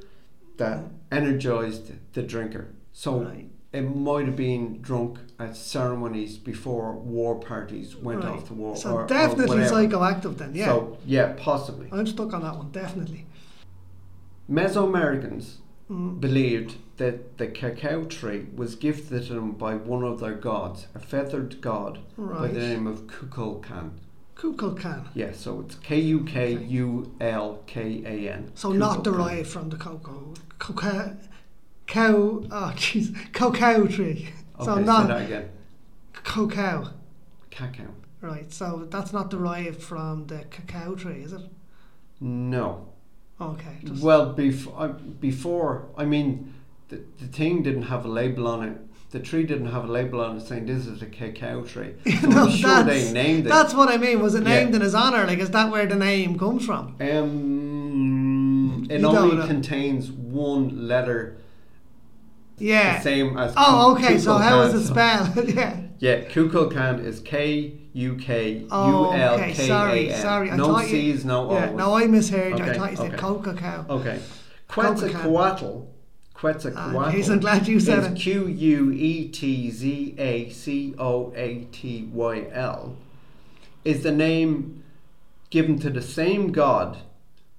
Speaker 1: that energized the drinker. So
Speaker 2: Mm. right.
Speaker 1: it might have been drunk at ceremonies before war parties went
Speaker 2: right.
Speaker 1: off to war.
Speaker 2: So
Speaker 1: or, or
Speaker 2: definitely
Speaker 1: whatever.
Speaker 2: psychoactive then, yeah.
Speaker 1: So yeah, possibly.
Speaker 2: I'm stuck on that one, definitely.
Speaker 1: Mesoamericans
Speaker 2: Mm.
Speaker 1: believed that the cacao tree was gifted to them by one of their gods, a feathered god by the
Speaker 2: Right.
Speaker 1: name of Kukulkan.
Speaker 2: Kukulkan.
Speaker 1: Yeah, so it's K U K U L K A N.
Speaker 2: So not derived from the cocoa, cocoa, cow. Oh jeez, cocoa tree.
Speaker 1: Okay,
Speaker 2: so
Speaker 1: say
Speaker 2: not
Speaker 1: that again.
Speaker 2: cocoa,
Speaker 1: Cacao.
Speaker 2: right? So that's not derived from the cacao tree, is it?
Speaker 1: No.
Speaker 2: Okay. Just,
Speaker 1: Well, bef- I- before, I mean, the, the thing didn't have a label on it. The tree didn't have a label on it saying this is a cacao tree. So
Speaker 2: No,
Speaker 1: I'm sure they
Speaker 2: that's-
Speaker 1: named it.
Speaker 2: that's what I mean. Was it
Speaker 1: Yeah.
Speaker 2: named in his honor? Like, is that where the name comes from?
Speaker 1: Um, it
Speaker 2: You don't
Speaker 1: only
Speaker 2: know.
Speaker 1: contains one letter, the
Speaker 2: Yeah.
Speaker 1: same as.
Speaker 2: Oh,
Speaker 1: Ku-
Speaker 2: okay. So how is
Speaker 1: Kukulkan.
Speaker 2: it spelled? yeah.
Speaker 1: Yeah, Kukulkan is K U K U
Speaker 2: Oh,
Speaker 1: L
Speaker 2: okay,
Speaker 1: K
Speaker 2: sorry,
Speaker 1: A N.
Speaker 2: sorry, I
Speaker 1: No
Speaker 2: thought you-
Speaker 1: C's, no O's.
Speaker 2: Yeah. No, I misheard. you. I
Speaker 1: Okay,
Speaker 2: thought you said
Speaker 1: okay. Oh.
Speaker 2: cocoa.
Speaker 1: Okay.
Speaker 2: Kukulkan.
Speaker 1: Quetzalcoatl.
Speaker 2: Ah, jeez, I'm
Speaker 1: Quetzalcoatl.
Speaker 2: glad you said
Speaker 1: is
Speaker 2: it.
Speaker 1: Q U E T Z A C O A T Y L. Is the name given to the same god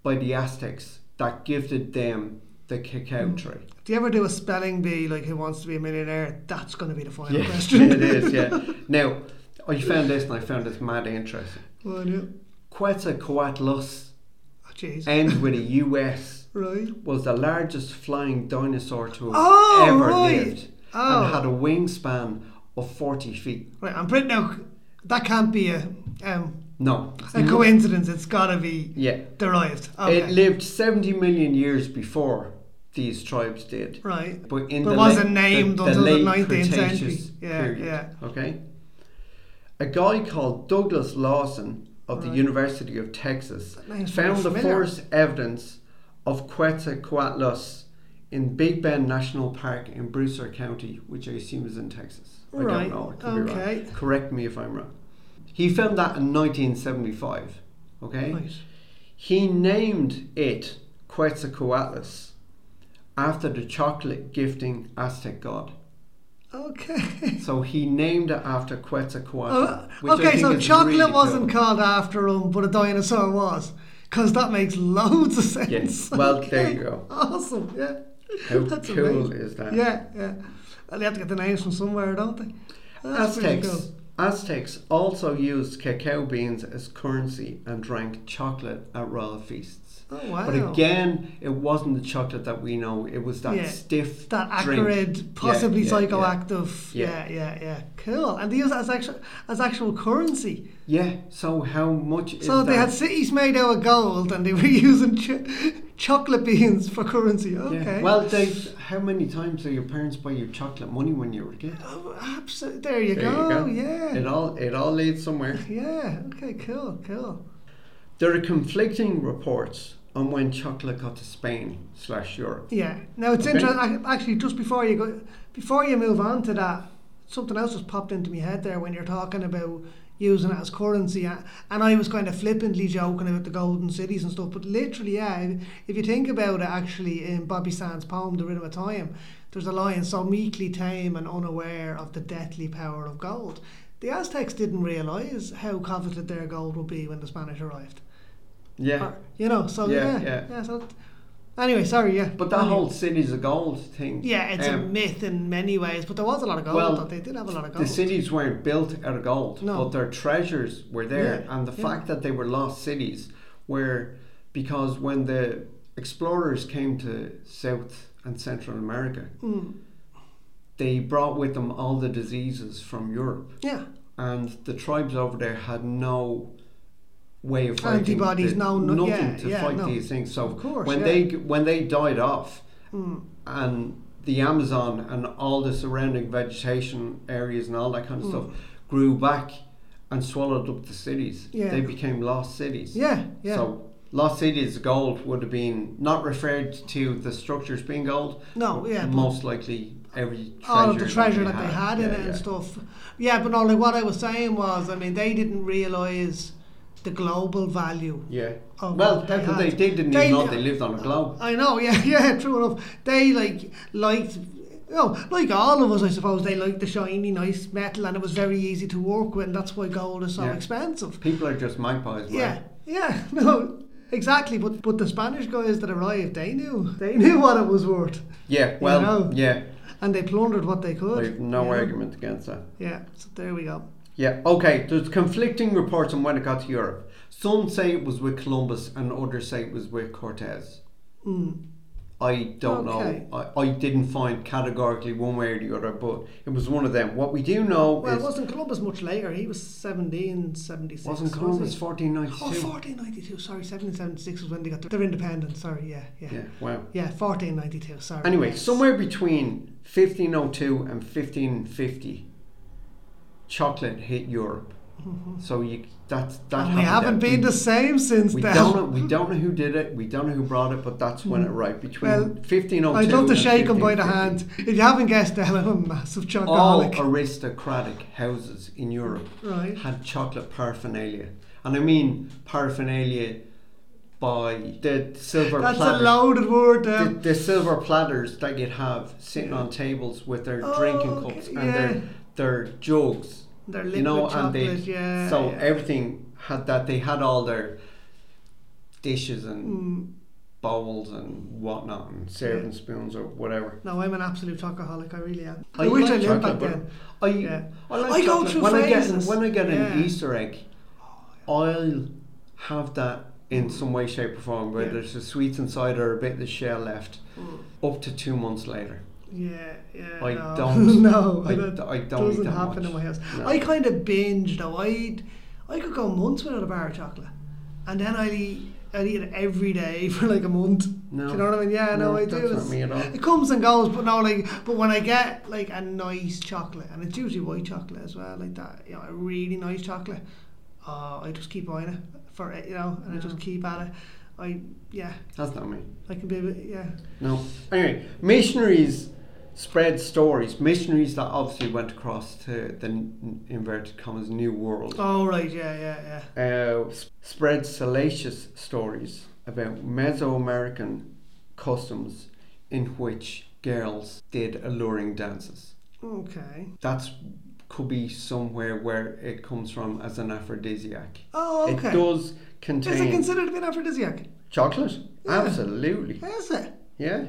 Speaker 1: by the Aztecs that gifted them the cacao tree?
Speaker 2: Do you ever do a spelling bee like Who Wants to Be a Millionaire? That's going to be the final
Speaker 1: Yeah,
Speaker 2: question.
Speaker 1: it is. Yeah. Now, I found this and I found this mad interesting.
Speaker 2: Well, yeah.
Speaker 1: Quetzalcoatlus
Speaker 2: Oh, jeez.
Speaker 1: ends with a U.S.
Speaker 2: right.
Speaker 1: was the largest flying dinosaur to have
Speaker 2: Oh,
Speaker 1: ever
Speaker 2: right.
Speaker 1: lived
Speaker 2: Oh.
Speaker 1: and had a wingspan of 40 feet.
Speaker 2: Right, I'm pretty now. That can't be a um,
Speaker 1: No.
Speaker 2: a coincidence. It's got to be
Speaker 1: Yeah.
Speaker 2: derived. Okay.
Speaker 1: It lived 70 million years before these tribes did.
Speaker 2: right.
Speaker 1: But in
Speaker 2: But
Speaker 1: the
Speaker 2: wasn't
Speaker 1: late-
Speaker 2: named
Speaker 1: the,
Speaker 2: until the
Speaker 1: late
Speaker 2: 19th century.
Speaker 1: Cretaceous
Speaker 2: Yeah,
Speaker 1: period,
Speaker 2: yeah.
Speaker 1: Okay. A guy called Douglas Lawson of the
Speaker 2: Right.
Speaker 1: University of Texas
Speaker 2: That name's very
Speaker 1: found the
Speaker 2: familiar.
Speaker 1: first evidence of Quetzalcoatlus in Big Bend National Park in Brewster County, which I assume is in Texas. I
Speaker 2: Right,
Speaker 1: don't know. I could be
Speaker 2: okay.
Speaker 1: wrong. Correct me if I'm wrong. He found that in 1975. Okay.
Speaker 2: Right.
Speaker 1: He named it Quetzalcoatlus after the chocolate gifting Aztec god.
Speaker 2: Okay.
Speaker 1: So he named it after Quetzalcoatl.
Speaker 2: Oh,
Speaker 1: which I
Speaker 2: okay,
Speaker 1: think
Speaker 2: so
Speaker 1: is
Speaker 2: chocolate
Speaker 1: really
Speaker 2: wasn't
Speaker 1: cool.
Speaker 2: called after him, but a dinosaur was. Because that makes loads of sense.
Speaker 1: Yes. Well, there you
Speaker 2: Okay.
Speaker 1: go.
Speaker 2: Awesome, yeah.
Speaker 1: How
Speaker 2: That's
Speaker 1: cool
Speaker 2: amazing.
Speaker 1: is that?
Speaker 2: Yeah, yeah. Well, they have to get the names from somewhere, don't they? That's pretty
Speaker 1: Aztecs.
Speaker 2: cool.
Speaker 1: Aztecs also used cacao beans as currency and drank chocolate at royal feasts.
Speaker 2: Oh wow!
Speaker 1: But again, it wasn't the chocolate that we know. It was that
Speaker 2: Yeah.
Speaker 1: stiff,
Speaker 2: that
Speaker 1: drink.
Speaker 2: acrid, possibly
Speaker 1: yeah, yeah.
Speaker 2: psychoactive. Yeah.
Speaker 1: Yeah.
Speaker 2: yeah, yeah, Cool. And they use that as actual as actual currency.
Speaker 1: Yeah. So how much? is
Speaker 2: so they
Speaker 1: that?
Speaker 2: had cities made out of gold, and they were using ch- chocolate beans for currency.
Speaker 1: Yeah.
Speaker 2: Okay.
Speaker 1: Well, they. How many times did your parents buy you chocolate money when you were a kid?
Speaker 2: Oh, abso- there, you,
Speaker 1: There you
Speaker 2: go.
Speaker 1: go.
Speaker 2: Yeah.
Speaker 1: It all. It all leads somewhere.
Speaker 2: yeah. Okay. Cool. Cool.
Speaker 1: There are conflicting reports on when chocolate got to Spain slash Europe.
Speaker 2: Yeah. Now it's
Speaker 1: Okay.
Speaker 2: interesting. Actually, just before you go, before you move on to that, something else just popped into my head there when you're talking about using it as currency, a- and I was kind of flippantly joking about the golden cities and stuff. But literally, yeah, if- if you think about it, actually, in Bobby Sands' poem "The Rhythm of Time," there's a line: "So meekly tame and unaware of the deathly power of gold." The Aztecs didn't realize how coveted their gold would be when the Spanish arrived.
Speaker 1: Yeah.
Speaker 2: Or- you know, so yeah,
Speaker 1: Yeah,
Speaker 2: yeah.
Speaker 1: yeah.
Speaker 2: so that- anyway, sorry, yeah.
Speaker 1: But that
Speaker 2: Anyway.
Speaker 1: whole cities of gold thing.
Speaker 2: yeah, it's a
Speaker 1: um,
Speaker 2: myth in many ways, but there was a lot of gold.
Speaker 1: well,
Speaker 2: though. they did have a lot of gold.
Speaker 1: The cities weren't built out of gold,
Speaker 2: No.
Speaker 1: but their treasures were there.
Speaker 2: Yeah,
Speaker 1: and the
Speaker 2: yeah.
Speaker 1: fact that they were lost cities were because when the explorers came to South and Central America,
Speaker 2: Mm,
Speaker 1: they brought with them all the diseases from Europe.
Speaker 2: yeah,
Speaker 1: And the tribes over there had no way of fighting
Speaker 2: Antibodies,
Speaker 1: the-
Speaker 2: no, no-
Speaker 1: nothing
Speaker 2: yeah,
Speaker 1: to
Speaker 2: yeah,
Speaker 1: fight
Speaker 2: no.
Speaker 1: these things. So
Speaker 2: Of course,
Speaker 1: when
Speaker 2: yeah.
Speaker 1: they when they died off,
Speaker 2: mm,
Speaker 1: and the Amazon and all the surrounding vegetation areas and all that
Speaker 2: Hmm.
Speaker 1: kind of stuff grew back and swallowed up the cities.
Speaker 2: Yeah.
Speaker 1: They became lost cities.
Speaker 2: yeah, yeah.
Speaker 1: So lost cities of gold would have been not referred to the structures being gold.
Speaker 2: no,
Speaker 1: but
Speaker 2: yeah. but
Speaker 1: Most likely every treasure
Speaker 2: all of the treasure
Speaker 1: that
Speaker 2: that they had in
Speaker 1: Yeah,
Speaker 2: it
Speaker 1: yeah.
Speaker 2: and stuff. Yeah, but no, like what I was saying was, I mean, they didn't realise the global value.
Speaker 1: Yeah.
Speaker 2: of
Speaker 1: well,
Speaker 2: what
Speaker 1: how could they?
Speaker 2: Oh, had.
Speaker 1: They didn't
Speaker 2: They-
Speaker 1: even know they lived on a globe.
Speaker 2: I know, yeah, yeah, true enough. They like liked, you know, like all of us, I suppose. They liked the shiny, nice metal, and it was very easy to work with, and that's why gold is so
Speaker 1: Yeah.
Speaker 2: expensive.
Speaker 1: People are just magpies, right?
Speaker 2: Yeah, yeah, no, exactly. But but the Spanish guys that arrived, they knew, they knew what it was worth,
Speaker 1: Yeah. Well.
Speaker 2: know.
Speaker 1: Yeah.
Speaker 2: and they plundered what they could.
Speaker 1: I've no
Speaker 2: you know?
Speaker 1: argument against that.
Speaker 2: Yeah, so there we go.
Speaker 1: Yeah, okay, there's conflicting reports on when it got to Europe. Some say it was with Columbus and others say it was with Cortez.
Speaker 2: Mm.
Speaker 1: I don't
Speaker 2: Okay.
Speaker 1: know. I, I didn't find categorically one way or the other, but it was one of them. What we do know
Speaker 2: Well,
Speaker 1: is
Speaker 2: wasn't Columbus much later? He was seventeen seventy six.
Speaker 1: wasn't Columbus 1492?
Speaker 2: Oh, 1492, sorry, 1776 was when they got their, their independence, sorry, yeah, yeah.
Speaker 1: yeah, wow.
Speaker 2: Yeah, 1492, sorry.
Speaker 1: Anyway,
Speaker 2: yes.
Speaker 1: somewhere between 1502 and 1550, chocolate hit Europe. So you that's that.
Speaker 2: And Mm-hmm. we haven't
Speaker 1: happened.
Speaker 2: been the same since
Speaker 1: We
Speaker 2: then.
Speaker 1: don't know. We don't know who did it. We don't know who brought it, but that's when it arrived between
Speaker 2: Mm-hmm. Well,
Speaker 1: 1502.
Speaker 2: I'd love to
Speaker 1: and
Speaker 2: shake him by the
Speaker 1: 1550.
Speaker 2: hand. If you haven't guessed, Ellen, I'm a massive
Speaker 1: All
Speaker 2: chocoholic.
Speaker 1: aristocratic houses in Europe
Speaker 2: Right.
Speaker 1: had chocolate paraphernalia, and I mean paraphernalia by the silver
Speaker 2: That's a
Speaker 1: platter.
Speaker 2: loaded word
Speaker 1: the,
Speaker 2: then.
Speaker 1: the silver platters that you'd have sitting on tables with their
Speaker 2: Oh,
Speaker 1: drinking
Speaker 2: okay,
Speaker 1: cups
Speaker 2: yeah.
Speaker 1: and their their jugs,
Speaker 2: They're liquid
Speaker 1: you know, and
Speaker 2: chocolate,
Speaker 1: they
Speaker 2: yeah.
Speaker 1: so
Speaker 2: yeah.
Speaker 1: everything had that. They had all their dishes and
Speaker 2: Mm,
Speaker 1: bowls and whatnot and serving spoons or whatever.
Speaker 2: no, I'm an absolute chocoholic, I really am. I,
Speaker 1: I
Speaker 2: wish
Speaker 1: Oh, like
Speaker 2: I lived back
Speaker 1: chocolate,
Speaker 2: then.
Speaker 1: I,
Speaker 2: Yeah.
Speaker 1: I, like
Speaker 2: I go
Speaker 1: chocolate.
Speaker 2: through
Speaker 1: when I
Speaker 2: phases.
Speaker 1: get when I get
Speaker 2: Yeah. Oh,
Speaker 1: an Easter egg, I'll have that in some way, shape, or form. Where
Speaker 2: Yeah.
Speaker 1: there's a sweets inside or a bit of the shell left,
Speaker 2: Mm.
Speaker 1: up to two months later.
Speaker 2: Yeah, yeah.
Speaker 1: I
Speaker 2: no.
Speaker 1: don't-
Speaker 2: no,
Speaker 1: I,
Speaker 2: that-
Speaker 1: d- I don't eat
Speaker 2: doesn't
Speaker 1: that
Speaker 2: happen
Speaker 1: much.
Speaker 2: in my house.
Speaker 1: No.
Speaker 2: I kind of binge though. I I could go months without a bar of chocolate, and then I eat I eat it every day for like a month.
Speaker 1: No.
Speaker 2: Do you know what I mean? Yeah, no,
Speaker 1: No,
Speaker 2: I do.
Speaker 1: that's
Speaker 2: It's-
Speaker 1: not me at all.
Speaker 2: It comes and goes, but no, like, but when I get like a nice chocolate, and it's usually white chocolate as well, like that, you know, a really nice chocolate. Uh, I just keep buying it for it, you know, and I just keep at it. I yeah,
Speaker 1: That's not me.
Speaker 2: I can be a bit yeah.
Speaker 1: No. Anyway, missionaries spread stories. Missionaries that obviously went across to the n- inverted commas new world.
Speaker 2: Oh right, yeah, yeah, yeah.
Speaker 1: uh, s- spread salacious stories about Mesoamerican customs in which girls did alluring dances.
Speaker 2: Okay.
Speaker 1: That's could be somewhere where it comes from as an aphrodisiac.
Speaker 2: Oh okay.
Speaker 1: It does
Speaker 2: Is it
Speaker 1: contain
Speaker 2: considered to be an aphrodisiac?
Speaker 1: chocolate.
Speaker 2: Yeah.
Speaker 1: Absolutely.
Speaker 2: Is it?
Speaker 1: Yeah.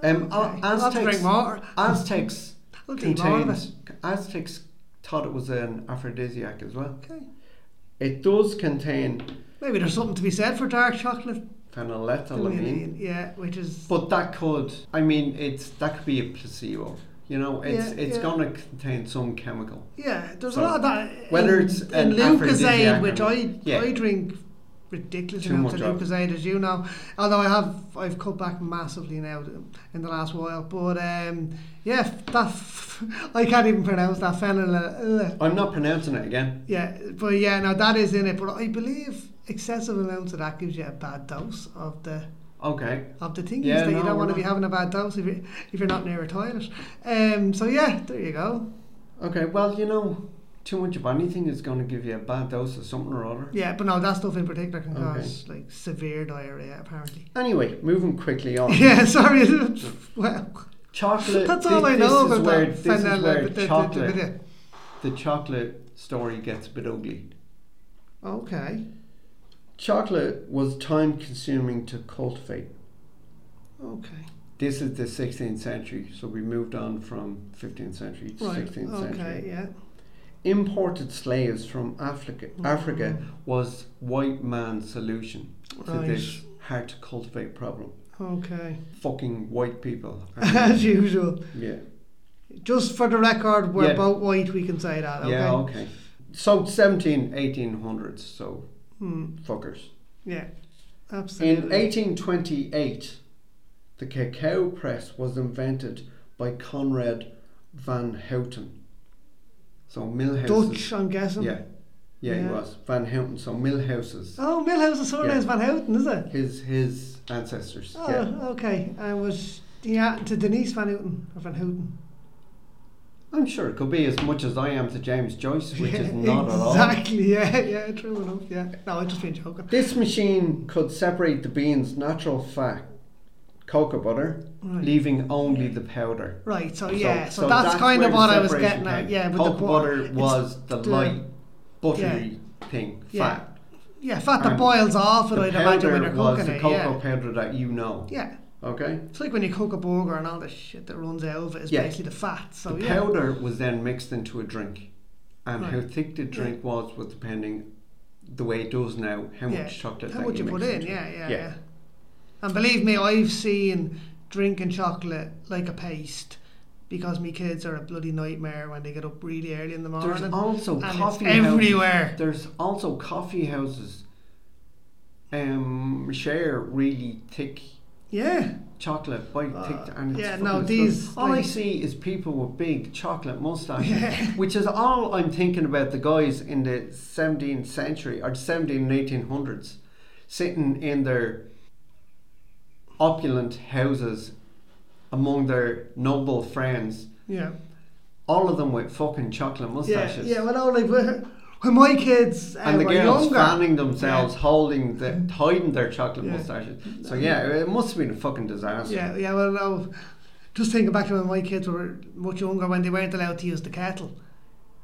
Speaker 1: Um,
Speaker 2: Okay.
Speaker 1: Al-
Speaker 2: I'll have to drink
Speaker 1: Aztecs,
Speaker 2: more.
Speaker 1: Aztecs
Speaker 2: I'll drink more of
Speaker 1: contains Aztecs thought it was an aphrodisiac as well.
Speaker 2: Okay.
Speaker 1: It does contain
Speaker 2: Maybe there's something to be said for dark chocolate.
Speaker 1: phenylethylamine,
Speaker 2: Yeah, which is
Speaker 1: but that could. I mean, it's that could be a placebo. You know, it's
Speaker 2: Yeah,
Speaker 1: it's
Speaker 2: yeah.
Speaker 1: going to contain some chemical.
Speaker 2: yeah. There's
Speaker 1: So,
Speaker 2: a lot of that.
Speaker 1: whether
Speaker 2: in,
Speaker 1: it's an
Speaker 2: in Lucasade,
Speaker 1: aphrodisiac
Speaker 2: which
Speaker 1: or-
Speaker 2: I
Speaker 1: yeah.
Speaker 2: I drink ridiculous
Speaker 1: Too
Speaker 2: amounts of
Speaker 1: much of it.
Speaker 2: Lucasade, as you know. Although I have I've cut back massively now in the last while. But um, yeah, that f- I can't even pronounce that phenyl.
Speaker 1: I'm not pronouncing it again.
Speaker 2: Yeah, but yeah, now that is in it. But I believe excessive amounts of that gives you a bad dose of the
Speaker 1: Okay.
Speaker 2: of the thing
Speaker 1: Yeah,
Speaker 2: is that
Speaker 1: no,
Speaker 2: you don't
Speaker 1: we're
Speaker 2: want to be
Speaker 1: not.
Speaker 2: having a bad dose if you're, if you're not near a toilet. Um, so yeah, there you go.
Speaker 1: Okay. Well, you know, too much of anything is going to give you a bad dose of something or other.
Speaker 2: Yeah, but no, that stuff in particular can
Speaker 1: Okay.
Speaker 2: cause like severe diarrhea apparently.
Speaker 1: Anyway, moving quickly on.
Speaker 2: Yeah, sorry. well,
Speaker 1: Oh. Chocolate.
Speaker 2: that's all I know
Speaker 1: this
Speaker 2: about
Speaker 1: is where,
Speaker 2: that.
Speaker 1: This is
Speaker 2: Fennel-
Speaker 1: where
Speaker 2: the- the- the-
Speaker 1: chocolate.
Speaker 2: the-
Speaker 1: the
Speaker 2: the-
Speaker 1: chocolate story gets a bit ugly.
Speaker 2: Okay,
Speaker 1: Chocolate was time consuming to cultivate.
Speaker 2: okay,
Speaker 1: This is the 16th century, so we moved on from 15th century to
Speaker 2: right,
Speaker 1: 16th
Speaker 2: okay,
Speaker 1: century.
Speaker 2: yeah,
Speaker 1: Imported slaves from Africa,
Speaker 2: Mhm.
Speaker 1: Africa was white man's solution to
Speaker 2: Right.
Speaker 1: this hard to cultivate problem.
Speaker 2: okay.
Speaker 1: Fucking white people.
Speaker 2: As usual.
Speaker 1: yeah.
Speaker 2: Just for the record, we're
Speaker 1: Yeah.
Speaker 2: both white. We can say that. Okay.
Speaker 1: Yeah, okay. So 17, 1800s, so
Speaker 2: Hmm,
Speaker 1: fuckers.
Speaker 2: yeah. Absolutely.
Speaker 1: In 1828, the cacao press was invented by Conrad van Houten. So Millhouses.
Speaker 2: Dutch, I'm guessing.
Speaker 1: Yeah. yeah, he
Speaker 2: Yeah.
Speaker 1: was van Houten. So Millhouses,
Speaker 2: Oh, Millhouse is surname
Speaker 1: Yeah.
Speaker 2: is Van Houten, is it?
Speaker 1: his his ancestors.
Speaker 2: Oh,
Speaker 1: Yeah,
Speaker 2: okay. I was yeah to Denise Van Houten or Van Houten.
Speaker 1: I'm sure it could be as much as I am to James Joyce, which is
Speaker 2: Yeah,
Speaker 1: not at all.
Speaker 2: exactly. Yeah, yeah, true enough. Yeah. No, I just been joking.
Speaker 1: This machine could separate the beans' natural fat, cocoa butter,
Speaker 2: Right.
Speaker 1: leaving only the powder.
Speaker 2: Right. So
Speaker 1: So-
Speaker 2: Oh, yeah. So,
Speaker 1: so
Speaker 2: that's, kind
Speaker 1: where
Speaker 2: of
Speaker 1: the
Speaker 2: what I was
Speaker 1: separation
Speaker 2: getting at.
Speaker 1: came.
Speaker 2: Yeah. With
Speaker 1: Cocoa
Speaker 2: the bo-
Speaker 1: butter
Speaker 2: it's-
Speaker 1: was the
Speaker 2: the-
Speaker 1: light, buttery thing,
Speaker 2: Yeah.
Speaker 1: fat.
Speaker 2: Yeah, fat that
Speaker 1: and
Speaker 2: boils off it.
Speaker 1: the
Speaker 2: I'd imagine when
Speaker 1: powder
Speaker 2: you're
Speaker 1: was
Speaker 2: cooking
Speaker 1: the
Speaker 2: it.
Speaker 1: cocoa
Speaker 2: Yeah.
Speaker 1: powder that you know.
Speaker 2: Yeah.
Speaker 1: Okay.
Speaker 2: It's like when you cook a burger and all the shit that runs out of it is
Speaker 1: Yeah.
Speaker 2: basically the fat. So
Speaker 1: the
Speaker 2: yeah.
Speaker 1: powder was then mixed into a drink, and
Speaker 2: Right.
Speaker 1: how thick the drink was was depending the way it does now how
Speaker 2: Yeah.
Speaker 1: much chocolate
Speaker 2: How
Speaker 1: that
Speaker 2: much
Speaker 1: you
Speaker 2: you put
Speaker 1: mix
Speaker 2: in?
Speaker 1: into it.
Speaker 2: Yeah, yeah, yeah,
Speaker 1: Yeah.
Speaker 2: And believe me, I've seen drinking chocolate like a paste because me kids are a bloody nightmare when they get up really early in the
Speaker 1: There's
Speaker 2: morning.
Speaker 1: also
Speaker 2: and
Speaker 1: coffee
Speaker 2: it's
Speaker 1: houses.
Speaker 2: everywhere.
Speaker 1: There's also coffee houses. Um, share really thick
Speaker 2: Yeah,
Speaker 1: chocolate, white
Speaker 2: Uh,
Speaker 1: thick, and it's
Speaker 2: yeah,
Speaker 1: fucking
Speaker 2: no,
Speaker 1: disgusting.
Speaker 2: these,
Speaker 1: All I
Speaker 2: like-
Speaker 1: see is people with big chocolate mustaches,
Speaker 2: Yeah.
Speaker 1: which is all I'm thinking about. The guys in the 17th century or 17 and 1800s, sitting in their opulent houses among their noble friends,
Speaker 2: yeah,
Speaker 1: all of them with fucking chocolate
Speaker 2: yeah,
Speaker 1: mustaches.
Speaker 2: yeah. Well, no, like when when my kids uh,
Speaker 1: and the
Speaker 2: were
Speaker 1: girls
Speaker 2: younger,
Speaker 1: fanning themselves, holding the hiding their chocolate
Speaker 2: Yeah.
Speaker 1: mustaches. So yeah, it must have been a fucking disaster.
Speaker 2: yeah, yeah. Well, no, just thinking back to when my kids were much younger, when they weren't allowed to use the kettle.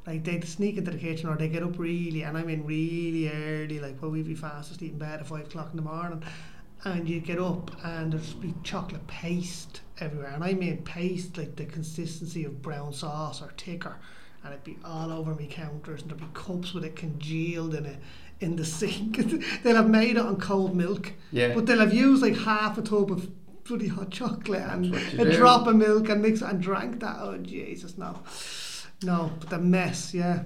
Speaker 2: Like they'd sneak into the kitchen or they'd get up really, and I mean really early, like well we'd be fast asleep in bed at five o'clock in the morning, and you'd get up and there'd just be chocolate paste everywhere, and I mean paste like the consistency of brown sauce or thicker, and it'd be all over me counters, and there'd be cups with it congealed in it in the sink. they'll have made it on cold milk,
Speaker 1: Yeah.
Speaker 2: but they'll have used like half a tub of bloody hot chocolate and
Speaker 1: That's what you
Speaker 2: a
Speaker 1: do.
Speaker 2: drop of milk and mix it and drank that. Oh Jesus, no. No, but the mess, yeah.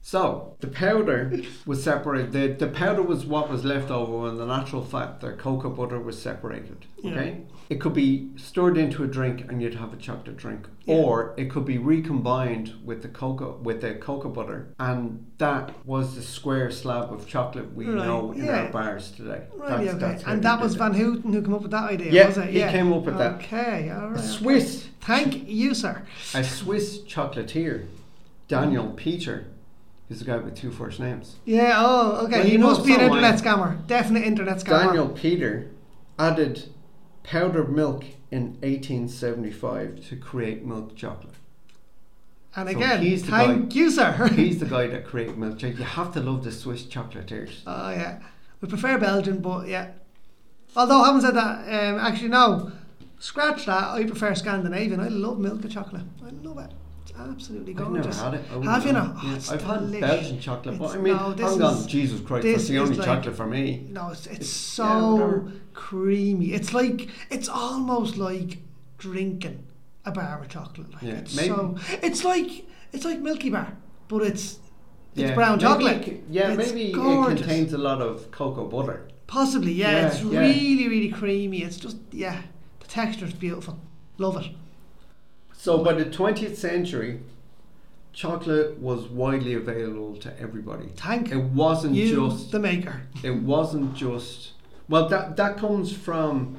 Speaker 1: So the powder was separated. The, the powder was what was left over when the natural fat, the cocoa butter, was separated.
Speaker 2: Yeah.
Speaker 1: Okay, it could be stored into a drink, and you'd have a chocolate drink,
Speaker 2: Yeah.
Speaker 1: or it could be recombined with the cocoa with the cocoa butter, and that was the square slab of chocolate we
Speaker 2: Right,
Speaker 1: know in
Speaker 2: yeah.
Speaker 1: our bars today.
Speaker 2: Right,
Speaker 1: That's-
Speaker 2: okay.
Speaker 1: that's how
Speaker 2: and
Speaker 1: they
Speaker 2: that
Speaker 1: did
Speaker 2: was
Speaker 1: it.
Speaker 2: Van Houten who came up with that idea,
Speaker 1: Yeah,
Speaker 2: was it?
Speaker 1: he came up with that.
Speaker 2: Okay, all
Speaker 1: A
Speaker 2: right.
Speaker 1: Swiss
Speaker 2: Thank you, sir.
Speaker 1: a Swiss chocolatier, Daniel Peter, is the guy with two first names.
Speaker 2: Yeah, oh, okay.
Speaker 1: Well,
Speaker 2: he
Speaker 1: you know
Speaker 2: must be an
Speaker 1: someone-
Speaker 2: internet scammer. Definite internet scammer.
Speaker 1: Daniel Peter added powdered milk in 1875 to create milk chocolate.
Speaker 2: And
Speaker 1: So
Speaker 2: again,
Speaker 1: he's the
Speaker 2: thank you, sir.
Speaker 1: He's the guy that created milk chocolate. You have to love the Swiss chocolatiers.
Speaker 2: Oh yeah, we prefer Belgian, but yeah. Although having said that, um, actually no, Scratch that. I prefer Scandinavian. I love milk chocolate. I love it. It's absolutely
Speaker 1: I've never
Speaker 2: gorgeous.
Speaker 1: had it. I wouldn't
Speaker 2: Have you
Speaker 1: know.
Speaker 2: not? Oh,
Speaker 1: Yeah,
Speaker 2: it's
Speaker 1: I've had
Speaker 2: delish.
Speaker 1: Belgian chocolate, but
Speaker 2: It's-
Speaker 1: I mean,
Speaker 2: no,
Speaker 1: I'm
Speaker 2: this
Speaker 1: gone,
Speaker 2: is-
Speaker 1: Jesus Christ,
Speaker 2: this
Speaker 1: that's the
Speaker 2: is
Speaker 1: only
Speaker 2: like-
Speaker 1: chocolate for me.
Speaker 2: No, it's it's
Speaker 1: It's- yeah,
Speaker 2: so
Speaker 1: whatever.
Speaker 2: creamy. It's like it's almost like drinking a bar of chocolate. Like
Speaker 1: Yeah,
Speaker 2: it's
Speaker 1: maybe.
Speaker 2: so it's like it's like Milky Bar, but it's it's
Speaker 1: Yeah,
Speaker 2: brown
Speaker 1: maybe-
Speaker 2: chocolate.
Speaker 1: Yeah,
Speaker 2: It's
Speaker 1: maybe
Speaker 2: gorgeous.
Speaker 1: it contains a lot of cocoa butter.
Speaker 2: Possibly, yeah.
Speaker 1: Yeah,
Speaker 2: it's
Speaker 1: yeah.
Speaker 2: really, really creamy. It's just yeah, the texture's beautiful. Love it.
Speaker 1: So by the 20th century, chocolate was widely available to everybody.
Speaker 2: Thank
Speaker 1: It wasn't
Speaker 2: you,
Speaker 1: just
Speaker 2: the maker.
Speaker 1: it wasn't just well that that comes from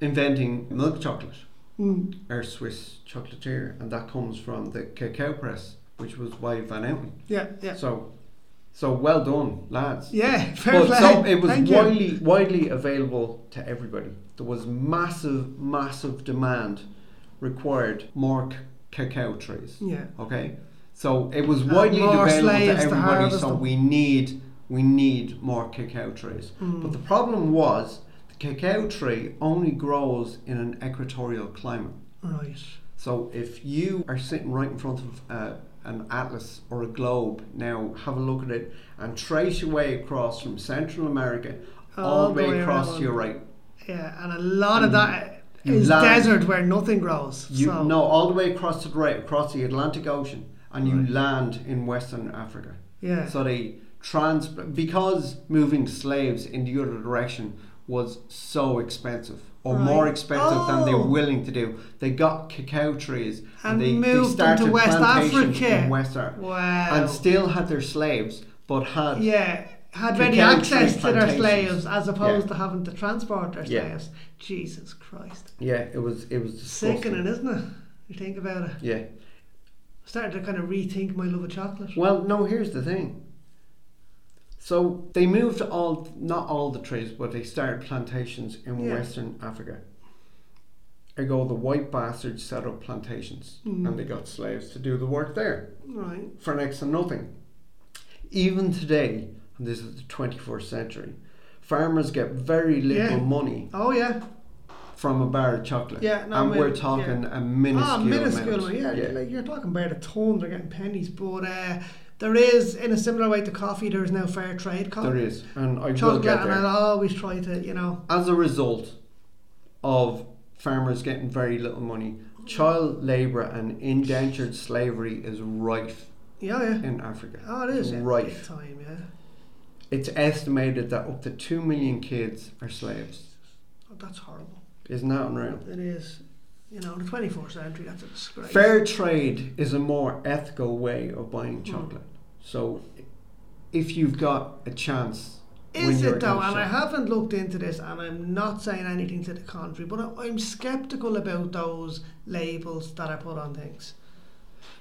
Speaker 1: inventing milk chocolate.
Speaker 2: Mm.
Speaker 1: our Swiss chocolatier, and that comes from the cacao press, which was by Van Outen.
Speaker 2: Yeah, yeah,
Speaker 1: So, so well done, lads.
Speaker 2: yeah. Fair
Speaker 1: But
Speaker 2: play.
Speaker 1: so it was
Speaker 2: Thank you.
Speaker 1: widely widely available to everybody. There was massive, massive demand required more c- cacao trees.
Speaker 2: Yeah.
Speaker 1: Okay, so it was
Speaker 2: And
Speaker 1: widely available
Speaker 2: more
Speaker 1: to
Speaker 2: slaves to
Speaker 1: everybody.
Speaker 2: harvest
Speaker 1: so
Speaker 2: them.
Speaker 1: we need we need more cacao trees.
Speaker 2: Hmm.
Speaker 1: But the problem was the cacao tree only grows in an equatorial climate.
Speaker 2: Right.
Speaker 1: So if you are sitting right in front of uh, an atlas or a globe now, have a look at it and trace your way across from Central America all, the way, across
Speaker 2: around.
Speaker 1: to your right.
Speaker 2: Yeah, and a lot of that
Speaker 1: you
Speaker 2: is
Speaker 1: land-
Speaker 2: desert where nothing grows.
Speaker 1: You
Speaker 2: so
Speaker 1: no, all the way across to the right, across the Atlantic Ocean, and you
Speaker 2: Right.
Speaker 1: land in Western Africa.
Speaker 2: yeah,
Speaker 1: So they trans because moving slaves in the other direction was so expensive or more
Speaker 2: Right.
Speaker 1: expensive than they were
Speaker 2: Oh.
Speaker 1: willing to do. They got cacao trees
Speaker 2: And
Speaker 1: and, they, they
Speaker 2: moved them to
Speaker 1: started
Speaker 2: West
Speaker 1: plantations
Speaker 2: Africa.
Speaker 1: in West Africa
Speaker 2: wow.
Speaker 1: and still had their slaves but had
Speaker 2: yeah, had
Speaker 1: Cacao
Speaker 2: ready
Speaker 1: tree
Speaker 2: access to their
Speaker 1: plantations.
Speaker 2: slaves as opposed
Speaker 1: Yeah.
Speaker 2: to having to transport their
Speaker 1: Yeah.
Speaker 2: slaves. Jesus Christ,
Speaker 1: yeah it was it was disgusting.
Speaker 2: sickening, isn't it? You think about it.
Speaker 1: yeah
Speaker 2: started to kind of rethink my love of chocolate.
Speaker 1: well no here's the thing so they moved all not all the trees but they started plantations in
Speaker 2: Yeah.
Speaker 1: western africa ergo the white bastards set up plantations
Speaker 2: Mm.
Speaker 1: and they got slaves to do the work there
Speaker 2: Right.
Speaker 1: for next to nothing. Even today, and this is the 21st century, farmers get very little
Speaker 2: Yeah.
Speaker 1: money
Speaker 2: Oh yeah.
Speaker 1: from a bar of chocolate.
Speaker 2: Yeah, no,
Speaker 1: and
Speaker 2: I mean,
Speaker 1: we're talking a minuscule,
Speaker 2: Ah, minuscule.
Speaker 1: amount.
Speaker 2: Yeah, like you're talking about a ton. They're getting pennies, but uh, there is, in a similar way to coffee, there is now fair trade
Speaker 1: there
Speaker 2: coffee.
Speaker 1: is, and I will
Speaker 2: Chocolate,
Speaker 1: get
Speaker 2: and
Speaker 1: there.
Speaker 2: I'll always try to, you know,
Speaker 1: As a result of farmers getting very little money, child labour and indentured slavery is rife
Speaker 2: yeah, yeah.
Speaker 1: in Africa.
Speaker 2: Oh, it is.
Speaker 1: It's
Speaker 2: yeah. Big
Speaker 1: rife.
Speaker 2: time, yeah.
Speaker 1: It's estimated that up to two million kids are slaves.
Speaker 2: Oh, that's horrible.
Speaker 1: Isn't that unreal?
Speaker 2: It is. You know, the 24th century, that's a disgrace.
Speaker 1: Fair trade is a more ethical way of buying
Speaker 2: Hmm.
Speaker 1: chocolate. So, if you've got a chance, when
Speaker 2: Is
Speaker 1: you're in
Speaker 2: it though? And I
Speaker 1: shop-
Speaker 2: haven't looked into this, and I'm not saying anything to the contrary, but I- I'm skeptical about those labels that are put on things.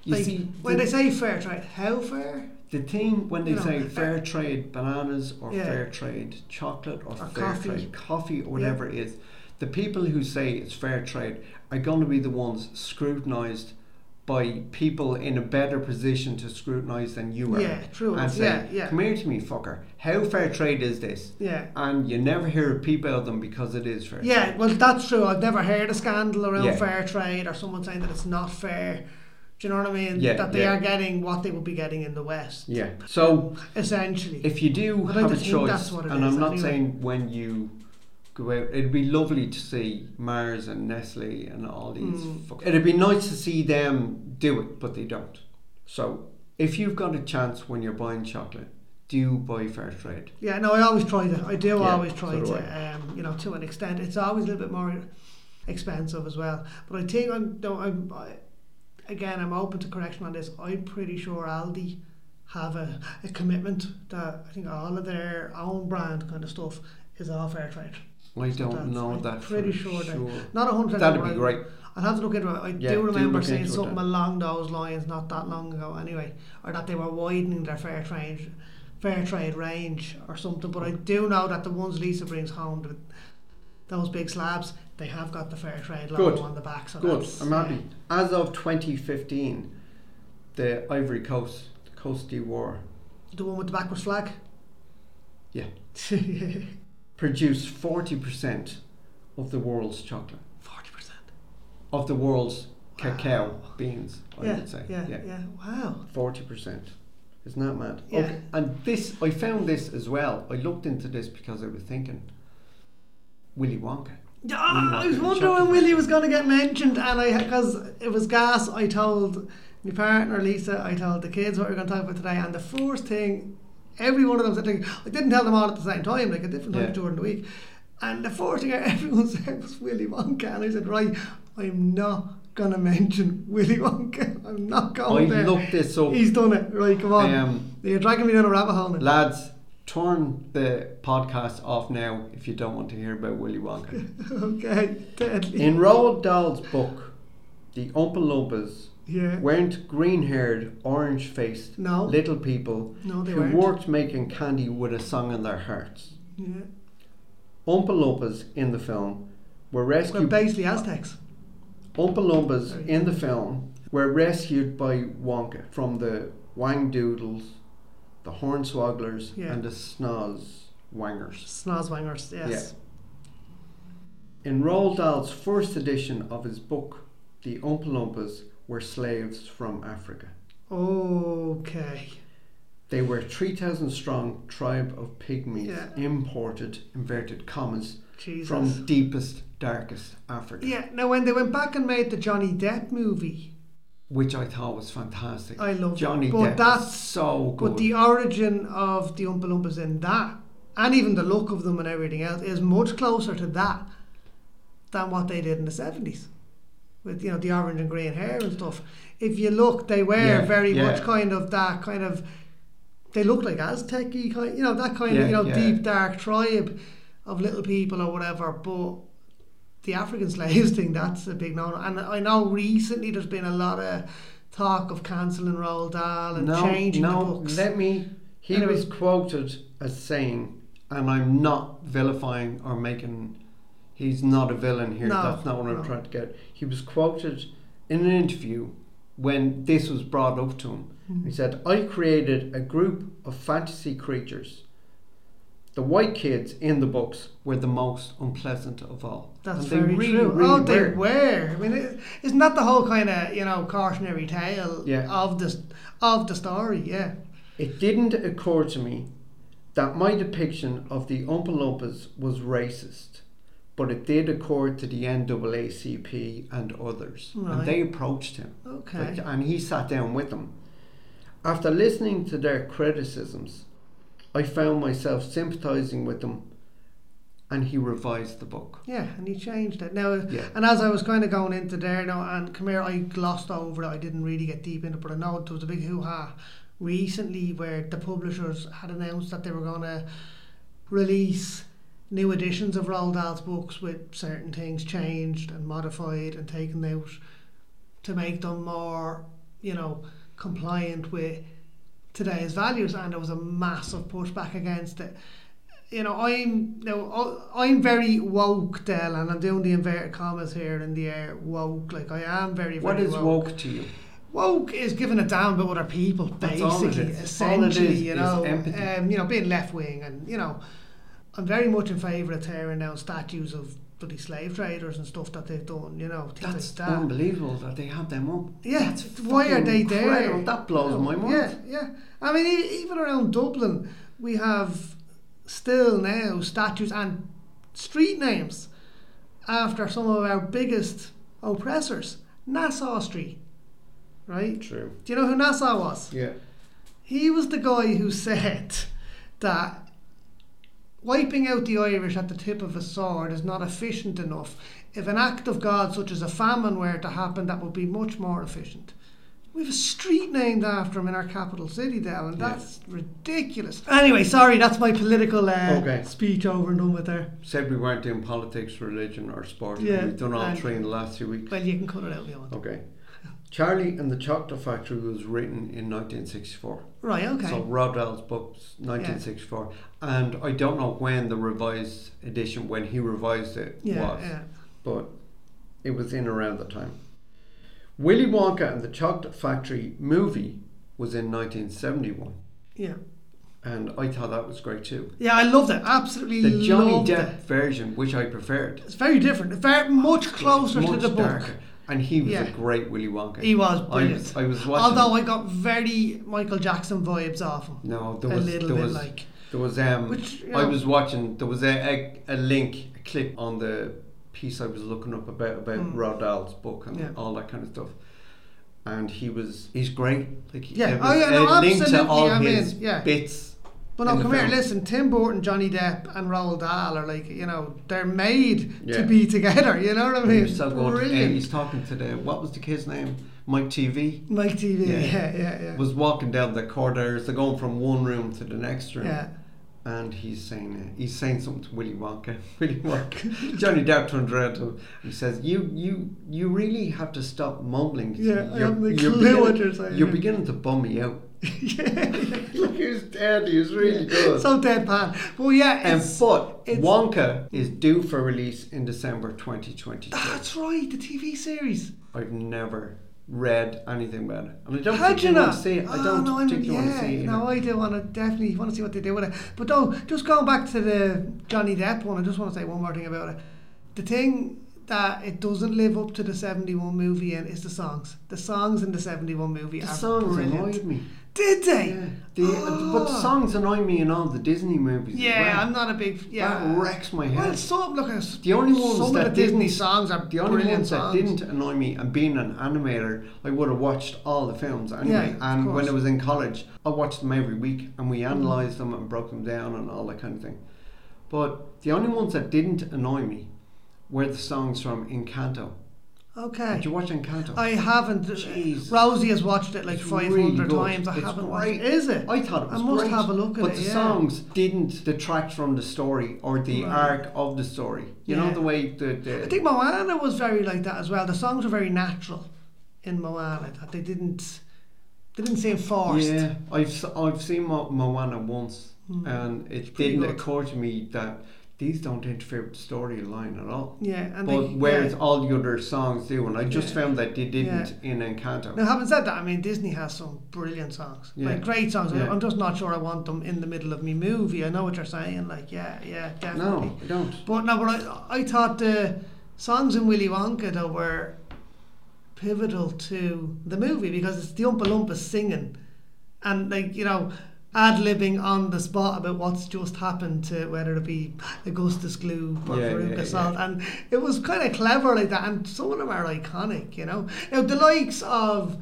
Speaker 1: you
Speaker 2: like,
Speaker 1: see,
Speaker 2: when
Speaker 1: the,
Speaker 2: they say fair trade, how fair?
Speaker 1: the thing when they
Speaker 2: No,
Speaker 1: say
Speaker 2: uh,
Speaker 1: fair trade bananas or
Speaker 2: Yeah.
Speaker 1: fair trade chocolate or,
Speaker 2: Or
Speaker 1: fair
Speaker 2: coffee.
Speaker 1: trade coffee or
Speaker 2: Yeah.
Speaker 1: whatever it is, the people who say it's fair trade are going to be the ones scrutinized by people in a better position to scrutinize than you are.
Speaker 2: Yeah, true.
Speaker 1: And
Speaker 2: enough.
Speaker 1: say,
Speaker 2: yeah, yeah,
Speaker 1: come here to me, fucker. How fair trade is this?
Speaker 2: yeah.
Speaker 1: and you never hear a peep out of them because it is fair.
Speaker 2: Yeah, well, that's true. I've never heard a scandal around
Speaker 1: Yeah.
Speaker 2: fair trade or someone saying that it's not fair. Do you know what I mean?
Speaker 1: Yeah,
Speaker 2: that they
Speaker 1: yeah.
Speaker 2: are getting what they would be getting in the West,
Speaker 1: Yeah. So
Speaker 2: essentially.
Speaker 1: if you do
Speaker 2: I'd like
Speaker 1: have
Speaker 2: to
Speaker 1: a
Speaker 2: think
Speaker 1: choice,
Speaker 2: that's what
Speaker 1: and
Speaker 2: it
Speaker 1: I'm
Speaker 2: is
Speaker 1: not
Speaker 2: anyway.
Speaker 1: saying when you go out, it'd be lovely to see Mars and Nestle and all these.
Speaker 2: Mm.
Speaker 1: fuck- it'd be nice to see them do it, but they don't. So if you've got a chance when you're buying chocolate, do buy fair trade.
Speaker 2: Yeah, no, I always try to. I do
Speaker 1: Yeah,
Speaker 2: always try
Speaker 1: so do
Speaker 2: to. Um, you know, to an extent, it's always a little bit more expensive as well. But I think I'm. No, I'm. I, again, I'm open to correction on this. I'm pretty sure Aldi have a, a commitment that I think all of their own brand kind of stuff is all fair trade.
Speaker 1: I don't
Speaker 2: that's-
Speaker 1: know
Speaker 2: I'm
Speaker 1: that
Speaker 2: pretty
Speaker 1: for
Speaker 2: sure they-
Speaker 1: sure.
Speaker 2: Not a hundred.
Speaker 1: That'd be great.
Speaker 2: I'd have to look into it. I
Speaker 1: Yeah,
Speaker 2: do
Speaker 1: do
Speaker 2: remember
Speaker 1: look
Speaker 2: seeing
Speaker 1: into it
Speaker 2: something
Speaker 1: then.
Speaker 2: along those lines not that long ago, anyway, or that they were widening their fair trade, fair trade range or something. But I do know that the ones Lisa brings home, the, those big slabs, they have got the fair trade logo
Speaker 1: Good.
Speaker 2: on the back. So
Speaker 1: Good.
Speaker 2: that's,
Speaker 1: I'm happy. As of 2015, the Ivory Coast, the Coast de War,
Speaker 2: The one with the backwards flag.
Speaker 1: Yeah.
Speaker 2: Forty
Speaker 1: produce 40% of the world's chocolate. of the world's cacao beans, I
Speaker 2: yeah,
Speaker 1: would say.
Speaker 2: yeah, yeah, Wow.
Speaker 1: Forty percent. Isn't that mad?
Speaker 2: Yeah.
Speaker 1: Okay. And this, I found this as well. I looked into this because I was thinking Willy Wonka.
Speaker 2: Yeah, I was
Speaker 1: gonna
Speaker 2: wondering
Speaker 1: check
Speaker 2: when
Speaker 1: it.
Speaker 2: Willie was going to get mentioned, and I because it was gas. I told my partner Lisa, I told the kids what we are going to talk about today, and the first thing every one of them said, like, I didn't tell them all at the same time, like at different times
Speaker 1: Yeah.
Speaker 2: during the week, and the first thing everyone said was Willy Wonka, and I said, right, I'm not. Gonna mention Willy Wonka. I'm not
Speaker 1: I
Speaker 2: going there.
Speaker 1: looked this up.
Speaker 2: He's done it. Right, come on.
Speaker 1: Um,
Speaker 2: You're dragging me down a rabbit hole. now.
Speaker 1: Lads, turn the podcast off now if you don't want to hear about Willy Wonka.
Speaker 2: okay, deadly.
Speaker 1: In Roald Dahl's book, the Oompa Loompas
Speaker 2: yeah.
Speaker 1: weren't green-haired, orange-faced
Speaker 2: No.
Speaker 1: little people
Speaker 2: No, they
Speaker 1: who
Speaker 2: weren't.
Speaker 1: worked making candy with a song in their hearts.
Speaker 2: Yeah.
Speaker 1: Oompa Loompas in the film were
Speaker 2: We're
Speaker 1: rescued.
Speaker 2: basically Aztecs.
Speaker 1: Oompa Loompas in the film were rescued by Wonka from the Wang Doodles, the Hornswogglers,
Speaker 2: Yeah.
Speaker 1: and the Snoz Wangers.
Speaker 2: Snozwangers, yes.
Speaker 1: In Roald Dahl's first edition of his book, the Oompa Loompas were slaves from Africa.
Speaker 2: Okay.
Speaker 1: They were 3,000 strong tribe of pygmies
Speaker 2: Yeah.
Speaker 1: imported, inverted commas,
Speaker 2: Jesus.
Speaker 1: from deepest, darkest Africa,
Speaker 2: yeah, now when they went back and made the Johnny Depp movie,
Speaker 1: which I thought was fantastic.
Speaker 2: I loved it,
Speaker 1: Johnny
Speaker 2: but
Speaker 1: Depp
Speaker 2: that's-
Speaker 1: is so good.
Speaker 2: but the origin of the Oompa Loompas in that, and even the look of them and everything else, is much closer to that than what they did in the 70s. With, you know, the orange and green hair and stuff. If you look, they were
Speaker 1: Yeah,
Speaker 2: very
Speaker 1: yeah.
Speaker 2: much kind of that kind of... They looked like Aztec-y, kind, you know, that kind
Speaker 1: Yeah,
Speaker 2: of, you know,
Speaker 1: yeah.
Speaker 2: deep, dark tribe of little people or whatever, but the African slaves thing, that's a big no no. And I know recently there's been a lot of talk of cancelling Roald Dahl and
Speaker 1: no,
Speaker 2: changing
Speaker 1: no,
Speaker 2: the books.
Speaker 1: let me. He
Speaker 2: Anyway.
Speaker 1: was quoted as saying, and I'm not vilifying or making. He's not a villain here.
Speaker 2: No,
Speaker 1: That's not what
Speaker 2: no.
Speaker 1: I'm trying to get. He was quoted in an interview when this was brought up to him.
Speaker 2: Hmm.
Speaker 1: He said, I created a group of fantasy creatures. The white kids in the books were the most unpleasant of all.
Speaker 2: that's
Speaker 1: And
Speaker 2: very
Speaker 1: really,
Speaker 2: true.
Speaker 1: really
Speaker 2: oh, they
Speaker 1: were.
Speaker 2: were. I mean, it, isn't that the whole kind of you know cautionary tale
Speaker 1: Yeah.
Speaker 2: of this of the story? Yeah,
Speaker 1: It didn't occur to me that my depiction of the Oompa Loompas was racist, but it did occur to the NAACP and others.
Speaker 2: Right.
Speaker 1: And they approached him,
Speaker 2: okay,
Speaker 1: like, and he sat down with them. After listening to their criticisms, I found myself sympathizing with them, and he revised the book.
Speaker 2: yeah. And he changed it now.
Speaker 1: Yeah.
Speaker 2: And as I was kind of going into there now, and come here, I glossed over it. I didn't really get deep into it, but I know there was a big hoo ha recently where the publishers had announced that they were going to release new editions of Roald Dahl's books with certain things changed and modified and taken out to make them more, you know, compliant with today's values. And there was a massive pushback against it. You know, I'm now I- I'm very woke, Del, and I'm doing the inverted commas here in the air. Woke, like I am very. very
Speaker 1: What is
Speaker 2: woke?
Speaker 1: woke to you?
Speaker 2: Woke is giving it down about other people,
Speaker 1: That's
Speaker 2: basically,
Speaker 1: all it is.
Speaker 2: essentially,
Speaker 1: All it is
Speaker 2: you
Speaker 1: is
Speaker 2: know,
Speaker 1: empathy.
Speaker 2: um, you know, being left wing, and you know, I'm very much in favour of tearing down statues of bloody slave traders and stuff that they've done, you know, things
Speaker 1: That's
Speaker 2: like that.
Speaker 1: unbelievable that they have them up.
Speaker 2: Yeah,
Speaker 1: That's
Speaker 2: why are
Speaker 1: fucking
Speaker 2: they there?
Speaker 1: incredible. That blows my mind.
Speaker 2: Yeah, yeah. I mean, e- even around Dublin, we have still now statues and street names after some of our biggest oppressors. Nassau Street, right?
Speaker 1: True.
Speaker 2: Do you know who Nassau was?
Speaker 1: Yeah.
Speaker 2: He was the guy who said that wiping out the Irish at the tip of a sword is not efficient enough. If an act of God, such as a famine, were to happen, that would be much more efficient. We have a street named after him in our capital city, Dell, and
Speaker 1: Yeah.
Speaker 2: that's ridiculous. Anyway, sorry, that's my political uh,
Speaker 1: Okay.
Speaker 2: speech over and done with there.
Speaker 1: Said we weren't doing politics, religion, or sport.
Speaker 2: Yeah,
Speaker 1: We've done all
Speaker 2: and-
Speaker 1: three in the last few weeks.
Speaker 2: Well, you can cut it out if you want.
Speaker 1: Okay. Charlie and the Chocolate Factory was written in 1964.
Speaker 2: Right, okay.
Speaker 1: So Roald Dahl's books, 1964. And I don't know when the revised edition, when he revised it,
Speaker 2: yeah,
Speaker 1: was,
Speaker 2: yeah.
Speaker 1: but it was in around the time. Willy Wonka and the Chocolate Factory movie was in 1971.
Speaker 2: Yeah.
Speaker 1: And I thought that was great too.
Speaker 2: Yeah, I loved it. Absolutely
Speaker 1: The Johnny
Speaker 2: loved it.
Speaker 1: Depp version, which I preferred,
Speaker 2: It's very different. Very much closer
Speaker 1: much
Speaker 2: to the book.
Speaker 1: darker. And he was
Speaker 2: Yeah.
Speaker 1: a great Willy Wonka.
Speaker 2: He was
Speaker 1: I
Speaker 2: brilliant.
Speaker 1: I was watching.
Speaker 2: Although I got very Michael Jackson vibes off him.
Speaker 1: no, there
Speaker 2: a
Speaker 1: was
Speaker 2: little
Speaker 1: there
Speaker 2: bit
Speaker 1: was
Speaker 2: like.
Speaker 1: there was um.
Speaker 2: Which, you
Speaker 1: I
Speaker 2: know-
Speaker 1: was watching. There was a, a a link a clip on the piece I was looking up about about
Speaker 2: Mm.
Speaker 1: Roald Dahl's book and
Speaker 2: Yeah.
Speaker 1: all that kind of stuff. And he was he's great. Like he-
Speaker 2: Yeah.
Speaker 1: it
Speaker 2: Oh,
Speaker 1: was
Speaker 2: yeah, no,
Speaker 1: a link to
Speaker 2: absolutely,
Speaker 1: all
Speaker 2: I'm in.
Speaker 1: his
Speaker 2: Yeah.
Speaker 1: bits.
Speaker 2: But no,
Speaker 1: in the
Speaker 2: come here,
Speaker 1: film.
Speaker 2: listen, Tim Burton, Johnny Depp and Roald Dahl are like, you know, they're made
Speaker 1: Yeah.
Speaker 2: to be together, you know what I mean?
Speaker 1: They're so good. And he's
Speaker 2: Brilliant.
Speaker 1: talking to the what was the kid's name? Mike TV
Speaker 2: Mike TV,
Speaker 1: Yeah.
Speaker 2: yeah, yeah, yeah. Yeah.
Speaker 1: was walking down the corridors. They're going from one room to the next room. and he's saying uh, he's saying something to Willy Wonka. Willy Wonka. Johnny Depp turns around to him and says, "You you you really have to stop mumbling.
Speaker 2: Yeah, I haven't a clue
Speaker 1: beginning-
Speaker 2: what you're saying."
Speaker 1: You're beginning to bum me out."
Speaker 2: yeah.
Speaker 1: Look, he was dead. He was really good. Um,
Speaker 2: so deadpan. Well, yeah,
Speaker 1: and
Speaker 2: it's,
Speaker 1: but
Speaker 2: it's-
Speaker 1: Wonka is due for release in December 2022.
Speaker 2: that's right, the TV series.
Speaker 1: I've never read anything about it, and I don't
Speaker 2: How'd
Speaker 1: particularly
Speaker 2: you not?
Speaker 1: want to see it. I
Speaker 2: Oh,
Speaker 1: don't
Speaker 2: no, I'm-
Speaker 1: particularly
Speaker 2: yeah,
Speaker 1: want to see it.
Speaker 2: No,
Speaker 1: either.
Speaker 2: I do want to definitely want to see what they do with it. But though, just going back to the Johnny Depp one, I just want to say one more thing about it. The thing that it doesn't live up to the 71 movie in is the songs. The songs in the 71 movie
Speaker 1: the
Speaker 2: are
Speaker 1: songs
Speaker 2: brilliant.
Speaker 1: annoyed me.
Speaker 2: Did they?
Speaker 1: Yeah, the, uh, but the
Speaker 2: Oh.
Speaker 1: songs annoy me in all the Disney movies. as
Speaker 2: Yeah,
Speaker 1: well.
Speaker 2: I'm not a big yeah.
Speaker 1: That wrecks my
Speaker 2: Well,
Speaker 1: head.
Speaker 2: some look at
Speaker 1: The only ones
Speaker 2: some
Speaker 1: that
Speaker 2: of the Disney
Speaker 1: didn't-
Speaker 2: songs are
Speaker 1: the only
Speaker 2: brilliant
Speaker 1: ones that
Speaker 2: songs.
Speaker 1: didn't annoy me, and being an animator, I would have watched all the films anyway.
Speaker 2: Yeah, of
Speaker 1: and when
Speaker 2: course. Mm-hmm.
Speaker 1: I was in college, I watched them every week, and we analysed them and broke them down and all that kind of thing. But the only ones that didn't annoy me were the songs from Encanto.
Speaker 2: Okay.
Speaker 1: Did you watch Encanto?
Speaker 2: I haven't.
Speaker 1: Jesus.
Speaker 2: Rosie has watched it like
Speaker 1: It's
Speaker 2: five
Speaker 1: really
Speaker 2: hundred
Speaker 1: good.
Speaker 2: times. I
Speaker 1: It's
Speaker 2: haven't
Speaker 1: great.
Speaker 2: watched it. Is it?
Speaker 1: I thought it was
Speaker 2: I must
Speaker 1: great,
Speaker 2: have a look at
Speaker 1: but
Speaker 2: it,
Speaker 1: the
Speaker 2: yeah.
Speaker 1: songs didn't detract from the story or the
Speaker 2: Right.
Speaker 1: arc of the story. You know
Speaker 2: Yeah.
Speaker 1: the way the, the
Speaker 2: I think Moana was very like that as well. The songs were very natural in Moana. That they didn't, they didn't seem forced.
Speaker 1: Yeah, I've s- I've seen Mo- Moana once, and it
Speaker 2: Hmm. pretty
Speaker 1: didn't
Speaker 2: good.
Speaker 1: occur to me that these don't interfere with the storyline at all.
Speaker 2: Yeah, and
Speaker 1: but
Speaker 2: they,
Speaker 1: whereas
Speaker 2: yeah.
Speaker 1: all the other songs do, and I just
Speaker 2: Yeah.
Speaker 1: found that they didn't in Encanto.
Speaker 2: Now, having said that, I mean Disney has some brilliant songs,
Speaker 1: Yeah.
Speaker 2: like great songs. I-
Speaker 1: Yeah.
Speaker 2: I'm just not sure I want them in the middle of me movie. I know what you're saying, like yeah, yeah, definitely.
Speaker 1: No, I don't.
Speaker 2: But no, but I, I thought the songs in Willy Wonka though were pivotal to the movie because it's the Oompa Loompa singing and like you know ad libbing on the spot about what's just happened to whether it be Augustus Gloop or
Speaker 1: Yeah,
Speaker 2: Veruca
Speaker 1: yeah,
Speaker 2: Salt and it was kind of clever like that and some of them are iconic you know now the likes of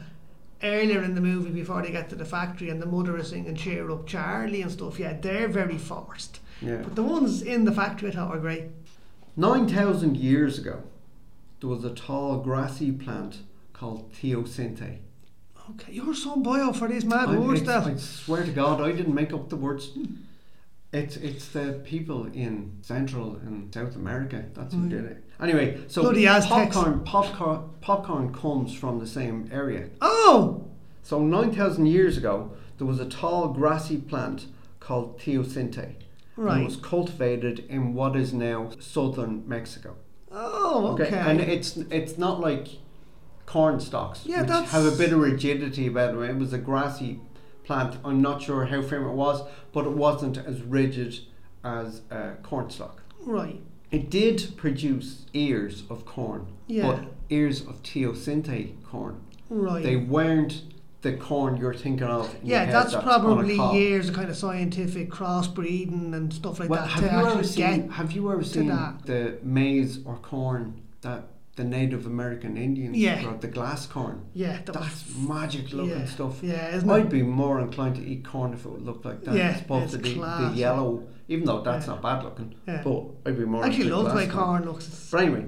Speaker 2: earlier in the movie before they get to the factory and the mother is singing cheer up Charlie and stuff yeah they're very forced
Speaker 1: Yeah.
Speaker 2: but the ones in the factory I thought were great.
Speaker 1: Nine thousand years ago, there was a tall grassy plant called Theosinte.
Speaker 2: Okay, you're so bio for these mad
Speaker 1: I,
Speaker 2: words,
Speaker 1: it's- I
Speaker 2: Dal.
Speaker 1: swear to God, I didn't make up the words. It's it's the people in Central and South America. That's who did it. Anyway, so
Speaker 2: Mm. Bloody Aztecs.
Speaker 1: popcorn, popcorn, popcorn comes from the same area.
Speaker 2: Oh,
Speaker 1: So nine thousand years ago, there was a tall grassy plant called teosinte. And
Speaker 2: Right.
Speaker 1: it was cultivated in what is now southern Mexico.
Speaker 2: oh, okay.
Speaker 1: And it's it's not like corn stalks,
Speaker 2: Yeah,
Speaker 1: which
Speaker 2: that's-
Speaker 1: have a bit of rigidity about them. It was a grassy plant. I'm not sure how firm it was, but it wasn't as rigid as a corn stalk.
Speaker 2: right.
Speaker 1: It did produce ears of corn,
Speaker 2: Yeah.
Speaker 1: but ears of teosinte corn.
Speaker 2: Right.
Speaker 1: They weren't the corn you're thinking of. in your
Speaker 2: yeah,
Speaker 1: head
Speaker 2: that's
Speaker 1: on a
Speaker 2: probably
Speaker 1: cob.
Speaker 2: years of kind of scientific crossbreeding and stuff like
Speaker 1: Well,
Speaker 2: that
Speaker 1: have
Speaker 2: to
Speaker 1: you ever
Speaker 2: actually
Speaker 1: seen?
Speaker 2: get.
Speaker 1: Have you ever seen
Speaker 2: that.
Speaker 1: the maize or corn that the Native American Indians
Speaker 2: Yeah.
Speaker 1: brought? The glass corn.
Speaker 2: Yeah, that was
Speaker 1: That's magic looking
Speaker 2: yeah,
Speaker 1: stuff.
Speaker 2: Yeah, isn't
Speaker 1: I'd
Speaker 2: it?
Speaker 1: be more inclined to eat corn if it would look like that
Speaker 2: Yeah,
Speaker 1: as opposed
Speaker 2: it's
Speaker 1: to the, the
Speaker 2: class.
Speaker 1: yellow, even though that's
Speaker 2: Yeah.
Speaker 1: not bad looking.
Speaker 2: Yeah.
Speaker 1: But I'd be more.
Speaker 2: I actually
Speaker 1: inclined
Speaker 2: love
Speaker 1: to
Speaker 2: the way
Speaker 1: glass
Speaker 2: corn looks. It's-
Speaker 1: But anyway,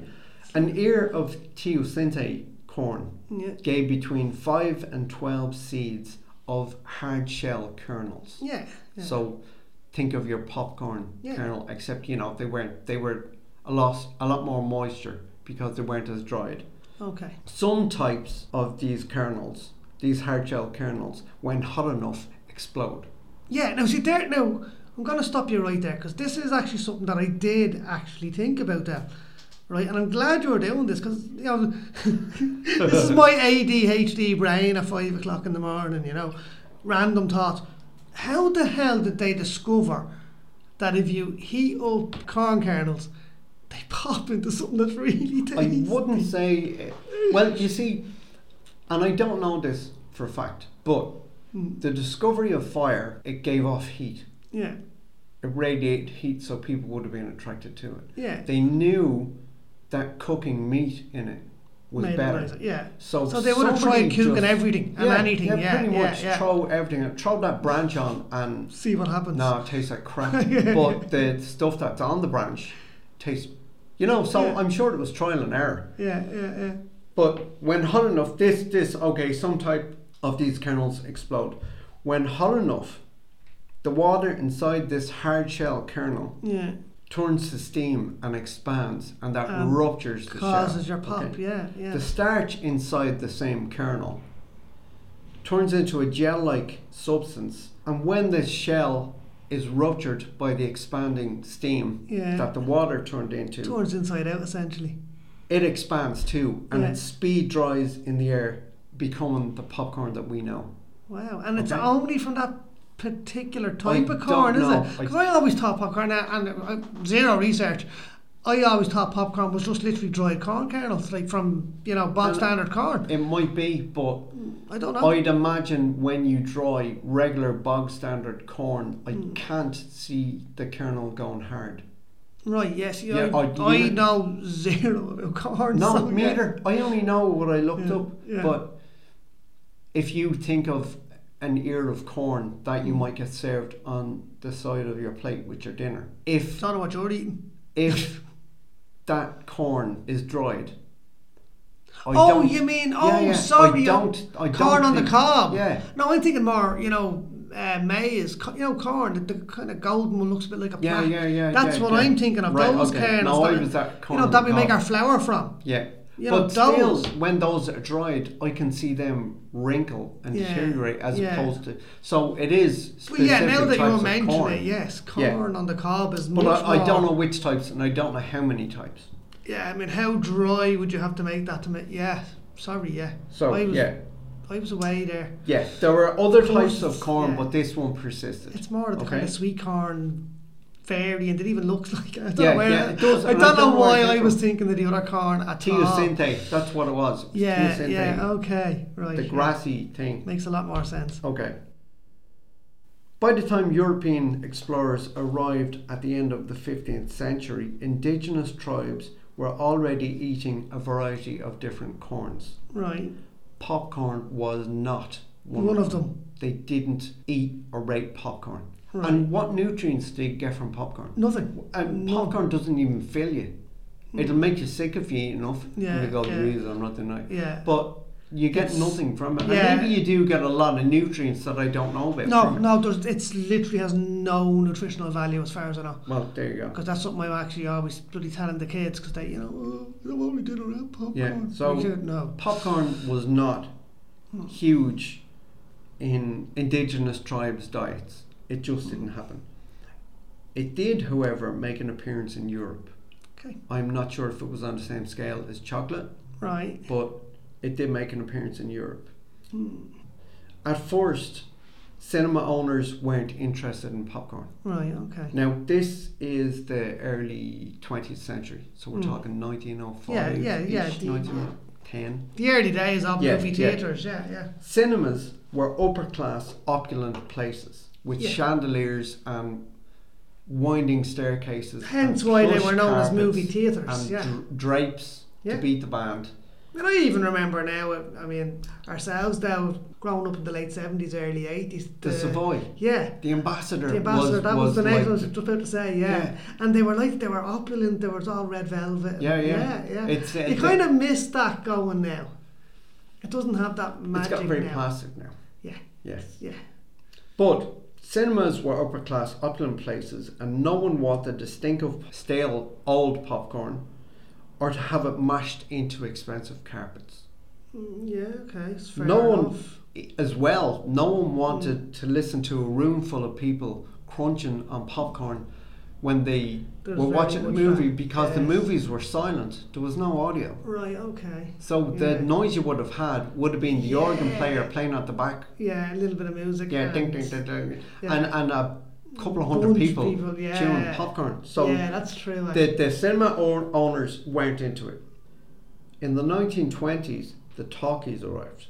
Speaker 1: an ear of teosinte corn
Speaker 2: Yeah.
Speaker 1: gave between five and twelve seeds of hard shell kernels.
Speaker 2: Yeah. yeah.
Speaker 1: So think of your popcorn
Speaker 2: Yeah.
Speaker 1: kernel, except you know they weren't they were a lot a lot more moisture because they weren't as dried.
Speaker 2: okay.
Speaker 1: Some types of these kernels, these hard shell kernels, when hot enough, explode.
Speaker 2: Yeah, now see there now I'm gonna stop you right there because this is actually something that I did actually think about that. Right, and I'm glad you're doing this because you know this is my ADHD brain at five o'clock in the morning. You know, random thoughts. How the hell did they discover that if you heat up corn kernels, they pop into something that's really
Speaker 1: I
Speaker 2: tasty.
Speaker 1: wouldn't say. Well, you see, and I don't know this for a fact, but
Speaker 2: Mm,
Speaker 1: the discovery of fire it gave off heat.
Speaker 2: yeah,
Speaker 1: It radiated heat, so people would have been attracted to it.
Speaker 2: yeah.
Speaker 1: They knew that cooking meat in it was
Speaker 2: Made it
Speaker 1: better.
Speaker 2: nicer, Yeah.
Speaker 1: So,
Speaker 2: So they would have tried
Speaker 1: somebody
Speaker 2: cooking
Speaker 1: just-
Speaker 2: everything and anything. Yeah, yeah,
Speaker 1: pretty much
Speaker 2: yeah.
Speaker 1: throw everything, and throw that branch on, and
Speaker 2: See what happens.
Speaker 1: no, it tastes like crap.
Speaker 2: Yeah.
Speaker 1: but the stuff that's on the branch tastes, you know. So
Speaker 2: Yeah.
Speaker 1: I'm sure it was trial and error.
Speaker 2: Yeah, yeah, yeah.
Speaker 1: But when hot enough, this, this, okay, some type of these kernels explode. When hot enough, the water inside this hard shell kernel
Speaker 2: Yeah.
Speaker 1: turns to steam and expands, and that
Speaker 2: And
Speaker 1: ruptures the
Speaker 2: Causes
Speaker 1: shell.
Speaker 2: your pop.
Speaker 1: okay?
Speaker 2: Yeah, yeah.
Speaker 1: The starch inside the same kernel turns into a gel like substance, and when this shell is ruptured by the expanding steam
Speaker 2: Yeah.
Speaker 1: that the water turned into,
Speaker 2: Towards inside out, essentially.
Speaker 1: it expands too and
Speaker 2: Yeah.
Speaker 1: its speed dries in the air becoming the popcorn that we know
Speaker 2: Wow, and it's
Speaker 1: Okay.
Speaker 2: only from that particular type
Speaker 1: I
Speaker 2: of corn,
Speaker 1: don't
Speaker 2: is
Speaker 1: know.
Speaker 2: it? Because I, always thought popcorn, uh, and uh, zero research. I always thought popcorn was just literally dried corn kernels, like from you know bog
Speaker 1: And-
Speaker 2: standard corn.
Speaker 1: uh, it might be but
Speaker 2: I don't know.
Speaker 1: i'd imagine when you dry regular bog standard corn i
Speaker 2: Hmm.
Speaker 1: can't see the kernel going hard
Speaker 2: right? Yes. Yeah.
Speaker 1: Yeah,
Speaker 2: I,
Speaker 1: I-
Speaker 2: I
Speaker 1: you-
Speaker 2: know zero about corn.
Speaker 1: no
Speaker 2: so
Speaker 1: me
Speaker 2: yeah.
Speaker 1: either. i only know what i looked
Speaker 2: Yeah,
Speaker 1: up
Speaker 2: yeah.
Speaker 1: but if you think of an ear of corn that
Speaker 2: Hmm.
Speaker 1: you might get served on the side of your plate with your dinner if
Speaker 2: Don't know what you're eating.
Speaker 1: if that corn is dried. I
Speaker 2: oh,
Speaker 1: don't-
Speaker 2: you mean?
Speaker 1: Yeah,
Speaker 2: Oh,
Speaker 1: yeah,
Speaker 2: sorry.
Speaker 1: I don't. I don't
Speaker 2: corn on the
Speaker 1: think-
Speaker 2: cob.
Speaker 1: Yeah.
Speaker 2: No, I'm thinking more. You know, uh, maize. co- You know, corn. The, the kind of golden one looks a bit like a
Speaker 1: Yeah,
Speaker 2: plant.
Speaker 1: yeah, yeah.
Speaker 2: That's
Speaker 1: yeah,
Speaker 2: what
Speaker 1: yeah.
Speaker 2: I'm thinking of.
Speaker 1: Right,
Speaker 2: those
Speaker 1: okay.
Speaker 2: kernels.
Speaker 1: No,
Speaker 2: that,
Speaker 1: I was that corn.
Speaker 2: you know,
Speaker 1: on
Speaker 2: that we
Speaker 1: the
Speaker 2: make
Speaker 1: cob.
Speaker 2: our flour from.
Speaker 1: Yeah.
Speaker 2: you know,
Speaker 1: but still,
Speaker 2: those-
Speaker 1: when those are dried, I can see them wrinkle and
Speaker 2: Yeah,
Speaker 1: deteriorate as
Speaker 2: yeah.
Speaker 1: opposed to. So it is
Speaker 2: But
Speaker 1: specific
Speaker 2: yeah, now that
Speaker 1: types
Speaker 2: you
Speaker 1: of
Speaker 2: mention
Speaker 1: corn.
Speaker 2: it, yes,
Speaker 1: Yeah.
Speaker 2: corn on the cob is
Speaker 1: But
Speaker 2: much
Speaker 1: I, I don't
Speaker 2: more-
Speaker 1: know which types, and I don't know how many types.
Speaker 2: Yeah, I mean, how dry would you have to make that to make? Yeah, sorry, yeah.
Speaker 1: So
Speaker 2: I was,
Speaker 1: yeah,
Speaker 2: I was away there.
Speaker 1: yeah, there were other types of
Speaker 2: Courses,
Speaker 1: corn,
Speaker 2: yeah.
Speaker 1: but this one persisted.
Speaker 2: It's more of the kind
Speaker 1: Okay.
Speaker 2: of sweet corn fairy, and it even looks like I don't
Speaker 1: Yeah,
Speaker 2: know where.
Speaker 1: yeah, it does,
Speaker 2: I
Speaker 1: and
Speaker 2: don't
Speaker 1: I
Speaker 2: know
Speaker 1: don't know where
Speaker 2: why
Speaker 1: it
Speaker 2: I
Speaker 1: came
Speaker 2: was
Speaker 1: from.
Speaker 2: thinking of the other corn at all.
Speaker 1: Teosinte, that's what it was. It was
Speaker 2: Yeah,
Speaker 1: teosinte,
Speaker 2: yeah, okay, right.
Speaker 1: the
Speaker 2: yeah.
Speaker 1: grassy thing.
Speaker 2: makes a lot more sense.
Speaker 1: Okay. By the time European explorers arrived at the end of the 15th century, indigenous tribes were already eating a variety of different corns.
Speaker 2: Right,
Speaker 1: Popcorn was not one,
Speaker 2: one of them.
Speaker 1: They didn't eat or rate popcorn.
Speaker 2: Right.
Speaker 1: And what nutrients do you get from popcorn?
Speaker 2: Nothing.
Speaker 1: And
Speaker 2: No.
Speaker 1: popcorn doesn't even fill you. It'll make you sick if you eat enough.
Speaker 2: Yeah,
Speaker 1: And you go,
Speaker 2: yeah.
Speaker 1: "Jeez, I'm not denying.
Speaker 2: Yeah.
Speaker 1: But you get
Speaker 2: It's-
Speaker 1: nothing from it.
Speaker 2: yeah.
Speaker 1: And maybe you do get a lot of nutrients that I don't know about.
Speaker 2: No,
Speaker 1: from it.
Speaker 2: no, there's, it's literally has no nutritional value as far as I know.
Speaker 1: Well, there you go.
Speaker 2: Because that's something I'm actually always bloody telling the kids because they, you know, oh, you know what we did around popcorn.
Speaker 1: Yeah, so-
Speaker 2: We said, no.
Speaker 1: Popcorn was not
Speaker 2: Hmm.
Speaker 1: huge in indigenous tribes' diets. It just didn't
Speaker 2: Hmm.
Speaker 1: happen. It did, however, make an appearance in Europe.
Speaker 2: Okay,
Speaker 1: I'm not sure if it was on the same scale as chocolate,
Speaker 2: right.
Speaker 1: but it did make an appearance in Europe.
Speaker 2: Hmm,
Speaker 1: At first, cinema owners weren't interested in popcorn.
Speaker 2: Right, okay.
Speaker 1: Now, this is the early 20th century, so we're
Speaker 2: Mm.
Speaker 1: talking 1905,
Speaker 2: Yeah, yeah, yeah, the-
Speaker 1: 1910.
Speaker 2: The early days of
Speaker 1: Yeah,
Speaker 2: movie
Speaker 1: yeah.
Speaker 2: theatres, yeah, yeah.
Speaker 1: Cinemas were upper class, opulent places with
Speaker 2: Yeah.
Speaker 1: chandeliers and winding staircases.
Speaker 2: Hence
Speaker 1: and
Speaker 2: why they
Speaker 1: plush
Speaker 2: were known as
Speaker 1: carpets
Speaker 2: movie theatres,
Speaker 1: And
Speaker 2: yeah.
Speaker 1: dr- drapes
Speaker 2: Yeah.
Speaker 1: to beat the band.
Speaker 2: And I even remember now, uh, I mean, ourselves now, growing up in the late 70s, early 80s.
Speaker 1: The Savoy,
Speaker 2: Yeah.
Speaker 1: the ambassador.
Speaker 2: The ambassador,
Speaker 1: was,
Speaker 2: that was, the next
Speaker 1: like
Speaker 2: one I was just about to say, yeah.
Speaker 1: Yeah.
Speaker 2: And they were like, they were opulent, they were all red velvet.
Speaker 1: Yeah, yeah.
Speaker 2: Yeah, yeah.
Speaker 1: It's, uh,
Speaker 2: you
Speaker 1: the-
Speaker 2: kind of miss that going now. It doesn't have that
Speaker 1: It's
Speaker 2: magic
Speaker 1: got very
Speaker 2: now.
Speaker 1: plastic now.
Speaker 2: Yeah.
Speaker 1: Yeah.
Speaker 2: Yeah.
Speaker 1: But cinemas were upper class, opulent places, and no one wanted distinctive, stale, old popcorn or to have it mashed into expensive carpets.
Speaker 2: Mm, Yeah. Okay. It's fair
Speaker 1: no
Speaker 2: enough.
Speaker 1: one as well no one wanted to listen to a room full of people crunching on popcorn when they
Speaker 2: There's
Speaker 1: were
Speaker 2: very
Speaker 1: watching a
Speaker 2: much
Speaker 1: movie
Speaker 2: that,
Speaker 1: because the
Speaker 2: yes.
Speaker 1: movies were silent there was no audio
Speaker 2: Right. Okay.
Speaker 1: so
Speaker 2: Yeah.
Speaker 1: the noise you would have had would have been the organ
Speaker 2: Yeah.
Speaker 1: player playing at the back
Speaker 2: Yeah. A little bit of music.
Speaker 1: yeah ding
Speaker 2: and-
Speaker 1: ding ding ding
Speaker 2: Yeah.
Speaker 1: and and a couple of hundred
Speaker 2: Bunch
Speaker 1: people,
Speaker 2: people, yeah.
Speaker 1: chewing popcorn. So
Speaker 2: yeah, that's true. Like,
Speaker 1: the, the cinema own, owners went into it. In the 1920s, the talkies arrived.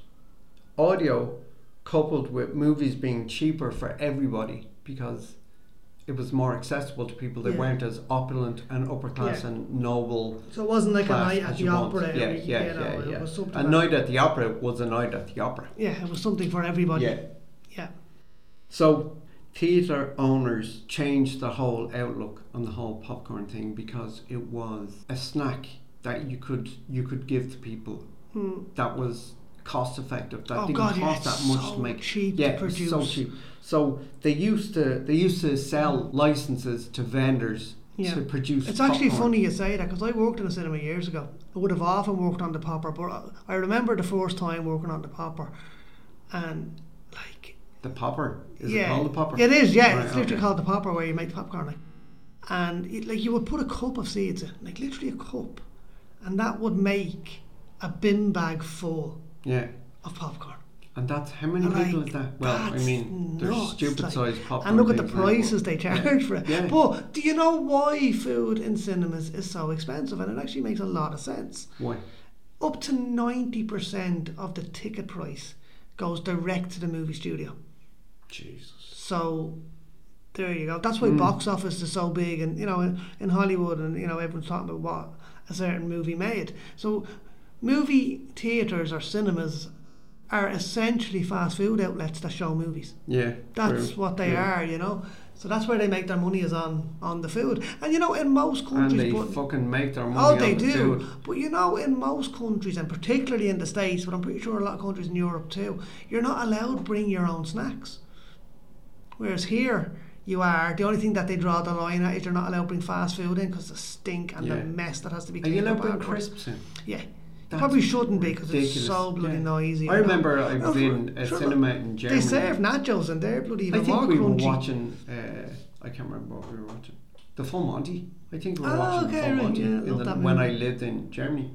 Speaker 1: Audio, coupled with movies being cheaper for everybody because it was more accessible to people. They
Speaker 2: Yeah.
Speaker 1: weren't as opulent and upper class
Speaker 2: Yeah.
Speaker 1: and noble.
Speaker 2: so it wasn't like a
Speaker 1: class
Speaker 2: night
Speaker 1: as
Speaker 2: at
Speaker 1: you
Speaker 2: the
Speaker 1: want.
Speaker 2: opera.
Speaker 1: Yeah,
Speaker 2: every-
Speaker 1: yeah,
Speaker 2: you know,
Speaker 1: yeah,
Speaker 2: it
Speaker 1: yeah.
Speaker 2: was something
Speaker 1: A
Speaker 2: like-
Speaker 1: night at the opera was a night at the opera.
Speaker 2: Yeah, it was something for everybody.
Speaker 1: Yeah.
Speaker 2: Yeah.
Speaker 1: So theatre owners changed the whole outlook on the whole popcorn thing because it was a snack that you could you could give to people
Speaker 2: Hmm.
Speaker 1: that was cost effective that
Speaker 2: oh
Speaker 1: didn't
Speaker 2: God, yeah,
Speaker 1: cost
Speaker 2: it's
Speaker 1: that much
Speaker 2: so
Speaker 1: to make.
Speaker 2: cheap
Speaker 1: Yeah,
Speaker 2: to
Speaker 1: it was
Speaker 2: produce.
Speaker 1: so cheap. So they used to they used to sell licenses to vendors
Speaker 2: Yeah.
Speaker 1: to produce.
Speaker 2: It's actually
Speaker 1: popcorn.
Speaker 2: funny you say that because I worked in a cinema years ago. I would have often worked on the popper, but I- I remember the first time working on the popper, and like
Speaker 1: The popper is
Speaker 2: yeah,
Speaker 1: it called the popper?
Speaker 2: It is, yeah.
Speaker 1: Right,
Speaker 2: it's literally
Speaker 1: okay.
Speaker 2: called the popper where you make the popcorn. Like, and it, like you would put a cup of seeds in, like literally a cup, and that would make a bin bag full
Speaker 1: Yeah,
Speaker 2: of popcorn.
Speaker 1: and that's how many
Speaker 2: Like,
Speaker 1: people is that? Well, I
Speaker 2: that's
Speaker 1: mean, there's
Speaker 2: nuts,
Speaker 1: stupid
Speaker 2: like-
Speaker 1: sized popcorn.
Speaker 2: And look at the
Speaker 1: things now, but-
Speaker 2: prices they
Speaker 1: Yeah.
Speaker 2: charge for it.
Speaker 1: Yeah.
Speaker 2: But do you know why food in cinemas is so expensive? And it actually makes a lot of sense.
Speaker 1: Why?
Speaker 2: Up to 90% of the ticket price goes direct to the movie studio.
Speaker 1: Jesus.
Speaker 2: So there you go. That's why
Speaker 1: Hmm.
Speaker 2: box office is so big, and you know, in, in Hollywood, and you know, everyone's talking about what a certain movie made. So movie theaters or cinemas are essentially fast food outlets that show movies.
Speaker 1: Yeah.
Speaker 2: That's
Speaker 1: true,
Speaker 2: what they
Speaker 1: true.
Speaker 2: are, you know. So that's where they make their money is on on the food, and you know, in most
Speaker 1: And
Speaker 2: countries,
Speaker 1: they
Speaker 2: but-
Speaker 1: fucking make their money.
Speaker 2: Oh, they
Speaker 1: on the
Speaker 2: do.
Speaker 1: Food.
Speaker 2: But you know, in most countries, and particularly in the States, but I'm pretty sure a lot of countries in Europe too, you're not allowed to bring your own snacks. Whereas here, you are. The only thing that they draw the line at is you're not allowed to bring fast food in because the stink and
Speaker 1: Yeah.
Speaker 2: the mess that has to be
Speaker 1: Are you
Speaker 2: cleaned
Speaker 1: allowed
Speaker 2: up
Speaker 1: to bring
Speaker 2: afterwards.
Speaker 1: crisps in?
Speaker 2: Yeah.
Speaker 1: That's
Speaker 2: Probably shouldn't be because it's
Speaker 1: ridiculous.
Speaker 2: so bloody
Speaker 1: Yeah.
Speaker 2: noisy.
Speaker 1: I
Speaker 2: you know.
Speaker 1: remember I was
Speaker 2: Oh,
Speaker 1: in a
Speaker 2: sure,
Speaker 1: cinema in Germany.
Speaker 2: They serve nachos and they're bloody even
Speaker 1: I think
Speaker 2: more
Speaker 1: we were
Speaker 2: crunchy.
Speaker 1: watching. Uh, I can't remember what we were watching. The Full Monty. I think we were
Speaker 2: Oh,
Speaker 1: watching
Speaker 2: okay,
Speaker 1: the Full
Speaker 2: right,
Speaker 1: Monty
Speaker 2: yeah,
Speaker 1: in
Speaker 2: love
Speaker 1: the-
Speaker 2: that
Speaker 1: when I
Speaker 2: movie.
Speaker 1: lived in Germany.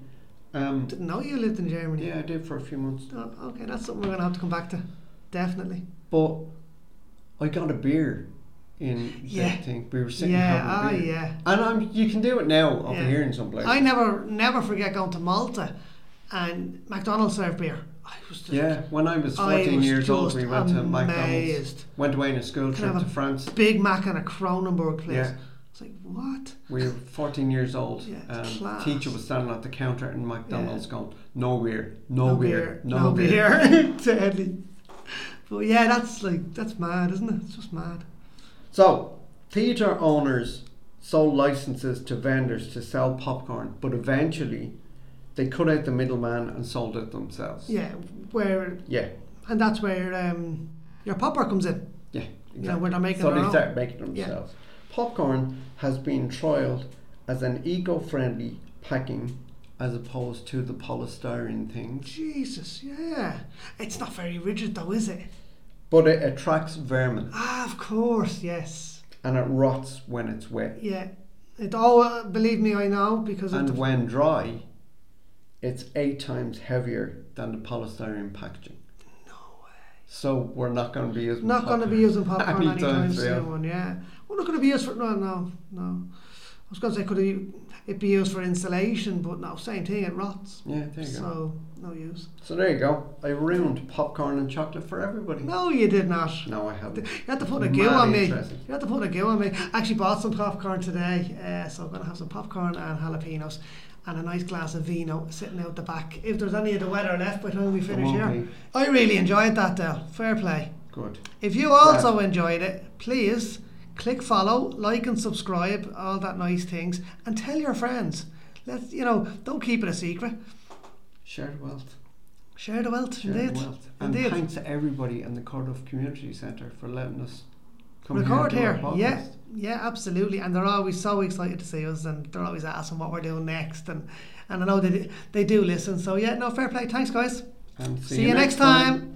Speaker 1: Um,
Speaker 2: Didn't know you lived in Germany.
Speaker 1: yeah, I did for a few months.
Speaker 2: Oh, okay, that's something we're gonna have to come back to. Definitely.
Speaker 1: But I got a beer in
Speaker 2: Yeah.
Speaker 1: the thing. We were sitting
Speaker 2: Yeah. Ah,
Speaker 1: having a beer.
Speaker 2: yeah.
Speaker 1: And I'm, you can do it now over
Speaker 2: Yeah.
Speaker 1: here in some places.
Speaker 2: I never never forget going to Malta and McDonald's served beer. I was just
Speaker 1: Yeah, when I was
Speaker 2: I
Speaker 1: 14
Speaker 2: was
Speaker 1: years old,
Speaker 2: just
Speaker 1: we went to McDonald's.
Speaker 2: amazed.
Speaker 1: Went away on a school
Speaker 2: Can I
Speaker 1: trip
Speaker 2: have
Speaker 1: to
Speaker 2: a
Speaker 1: France.
Speaker 2: Big Mac and a Kronenbourg place.
Speaker 1: Yeah.
Speaker 2: It's like what?
Speaker 1: We were 14 years old.
Speaker 2: Yeah,
Speaker 1: and
Speaker 2: class.
Speaker 1: teacher was standing at the counter in McDonald's going, no beer, no,
Speaker 2: No
Speaker 1: beer,
Speaker 2: beer,
Speaker 1: no,
Speaker 2: no
Speaker 1: beer.
Speaker 2: beer. Deadly. But yeah, that's like that's mad, isn't it? It's just mad.
Speaker 1: So, theatre owners sold licenses to vendors to sell popcorn, but eventually they cut out the middleman and sold it themselves.
Speaker 2: Yeah, where
Speaker 1: Yeah,
Speaker 2: and that's where um, your popper comes in.
Speaker 1: yeah,
Speaker 2: Yeah, where they're making
Speaker 1: so
Speaker 2: their
Speaker 1: they
Speaker 2: own.
Speaker 1: start making it
Speaker 2: Yeah.
Speaker 1: themselves. Popcorn has been trialled as an eco-friendly packing as opposed to the polystyrene things,
Speaker 2: Jesus, yeah. It's not very rigid though, is it?
Speaker 1: but it attracts vermin
Speaker 2: Ah, of course, yes.
Speaker 1: and it rots when it's wet.
Speaker 2: Yeah. It all believe me, I know because of the
Speaker 1: And when dry, it's eight times heavier than the polystyrene packaging.
Speaker 2: No
Speaker 1: So we're not going to be using
Speaker 2: Not going to be using popcorn
Speaker 1: Anytime
Speaker 2: anytime
Speaker 1: soon.
Speaker 2: soon. Yeah, we're not going to be used for no, no, no. I was going to say could it it be used for insulation, but no, same thing. It rots,
Speaker 1: Yeah, there you go.
Speaker 2: so no use.
Speaker 1: So there you go. I ruined popcorn and chocolate for everybody.
Speaker 2: No, you did not.
Speaker 1: No, I haven't.
Speaker 2: You had to put a
Speaker 1: Mad
Speaker 2: gill on me.
Speaker 1: interesting.
Speaker 2: You had to put a gill on me. I actually bought some popcorn today, uh, so I'm going to have some popcorn and jalapenos and a nice glass of vino sitting out the back. If there's any of the weather left by the time we
Speaker 1: There
Speaker 2: finish
Speaker 1: won't
Speaker 2: here,
Speaker 1: be.
Speaker 2: I really enjoyed that, Dale. Fair play.
Speaker 1: Good.
Speaker 2: If you also enjoyed it, please click follow, like and subscribe, all that nice things, and tell your friends. Let's you know, don't keep it a secret.
Speaker 1: Shared wealth.
Speaker 2: Share the wealth,
Speaker 1: Shared
Speaker 2: indeed.
Speaker 1: wealth. And
Speaker 2: Indeed.
Speaker 1: thanks to everybody in the Cardiff Community Centre for letting us come
Speaker 2: Record
Speaker 1: here.
Speaker 2: here.
Speaker 1: and do our
Speaker 2: Yeah.
Speaker 1: podcast.
Speaker 2: Yeah, absolutely. And they're always so excited to see us and they're always asking what we're doing next and, and I know they they do listen. So yeah, no fair play. Thanks guys.
Speaker 1: And see,
Speaker 2: See, you next time.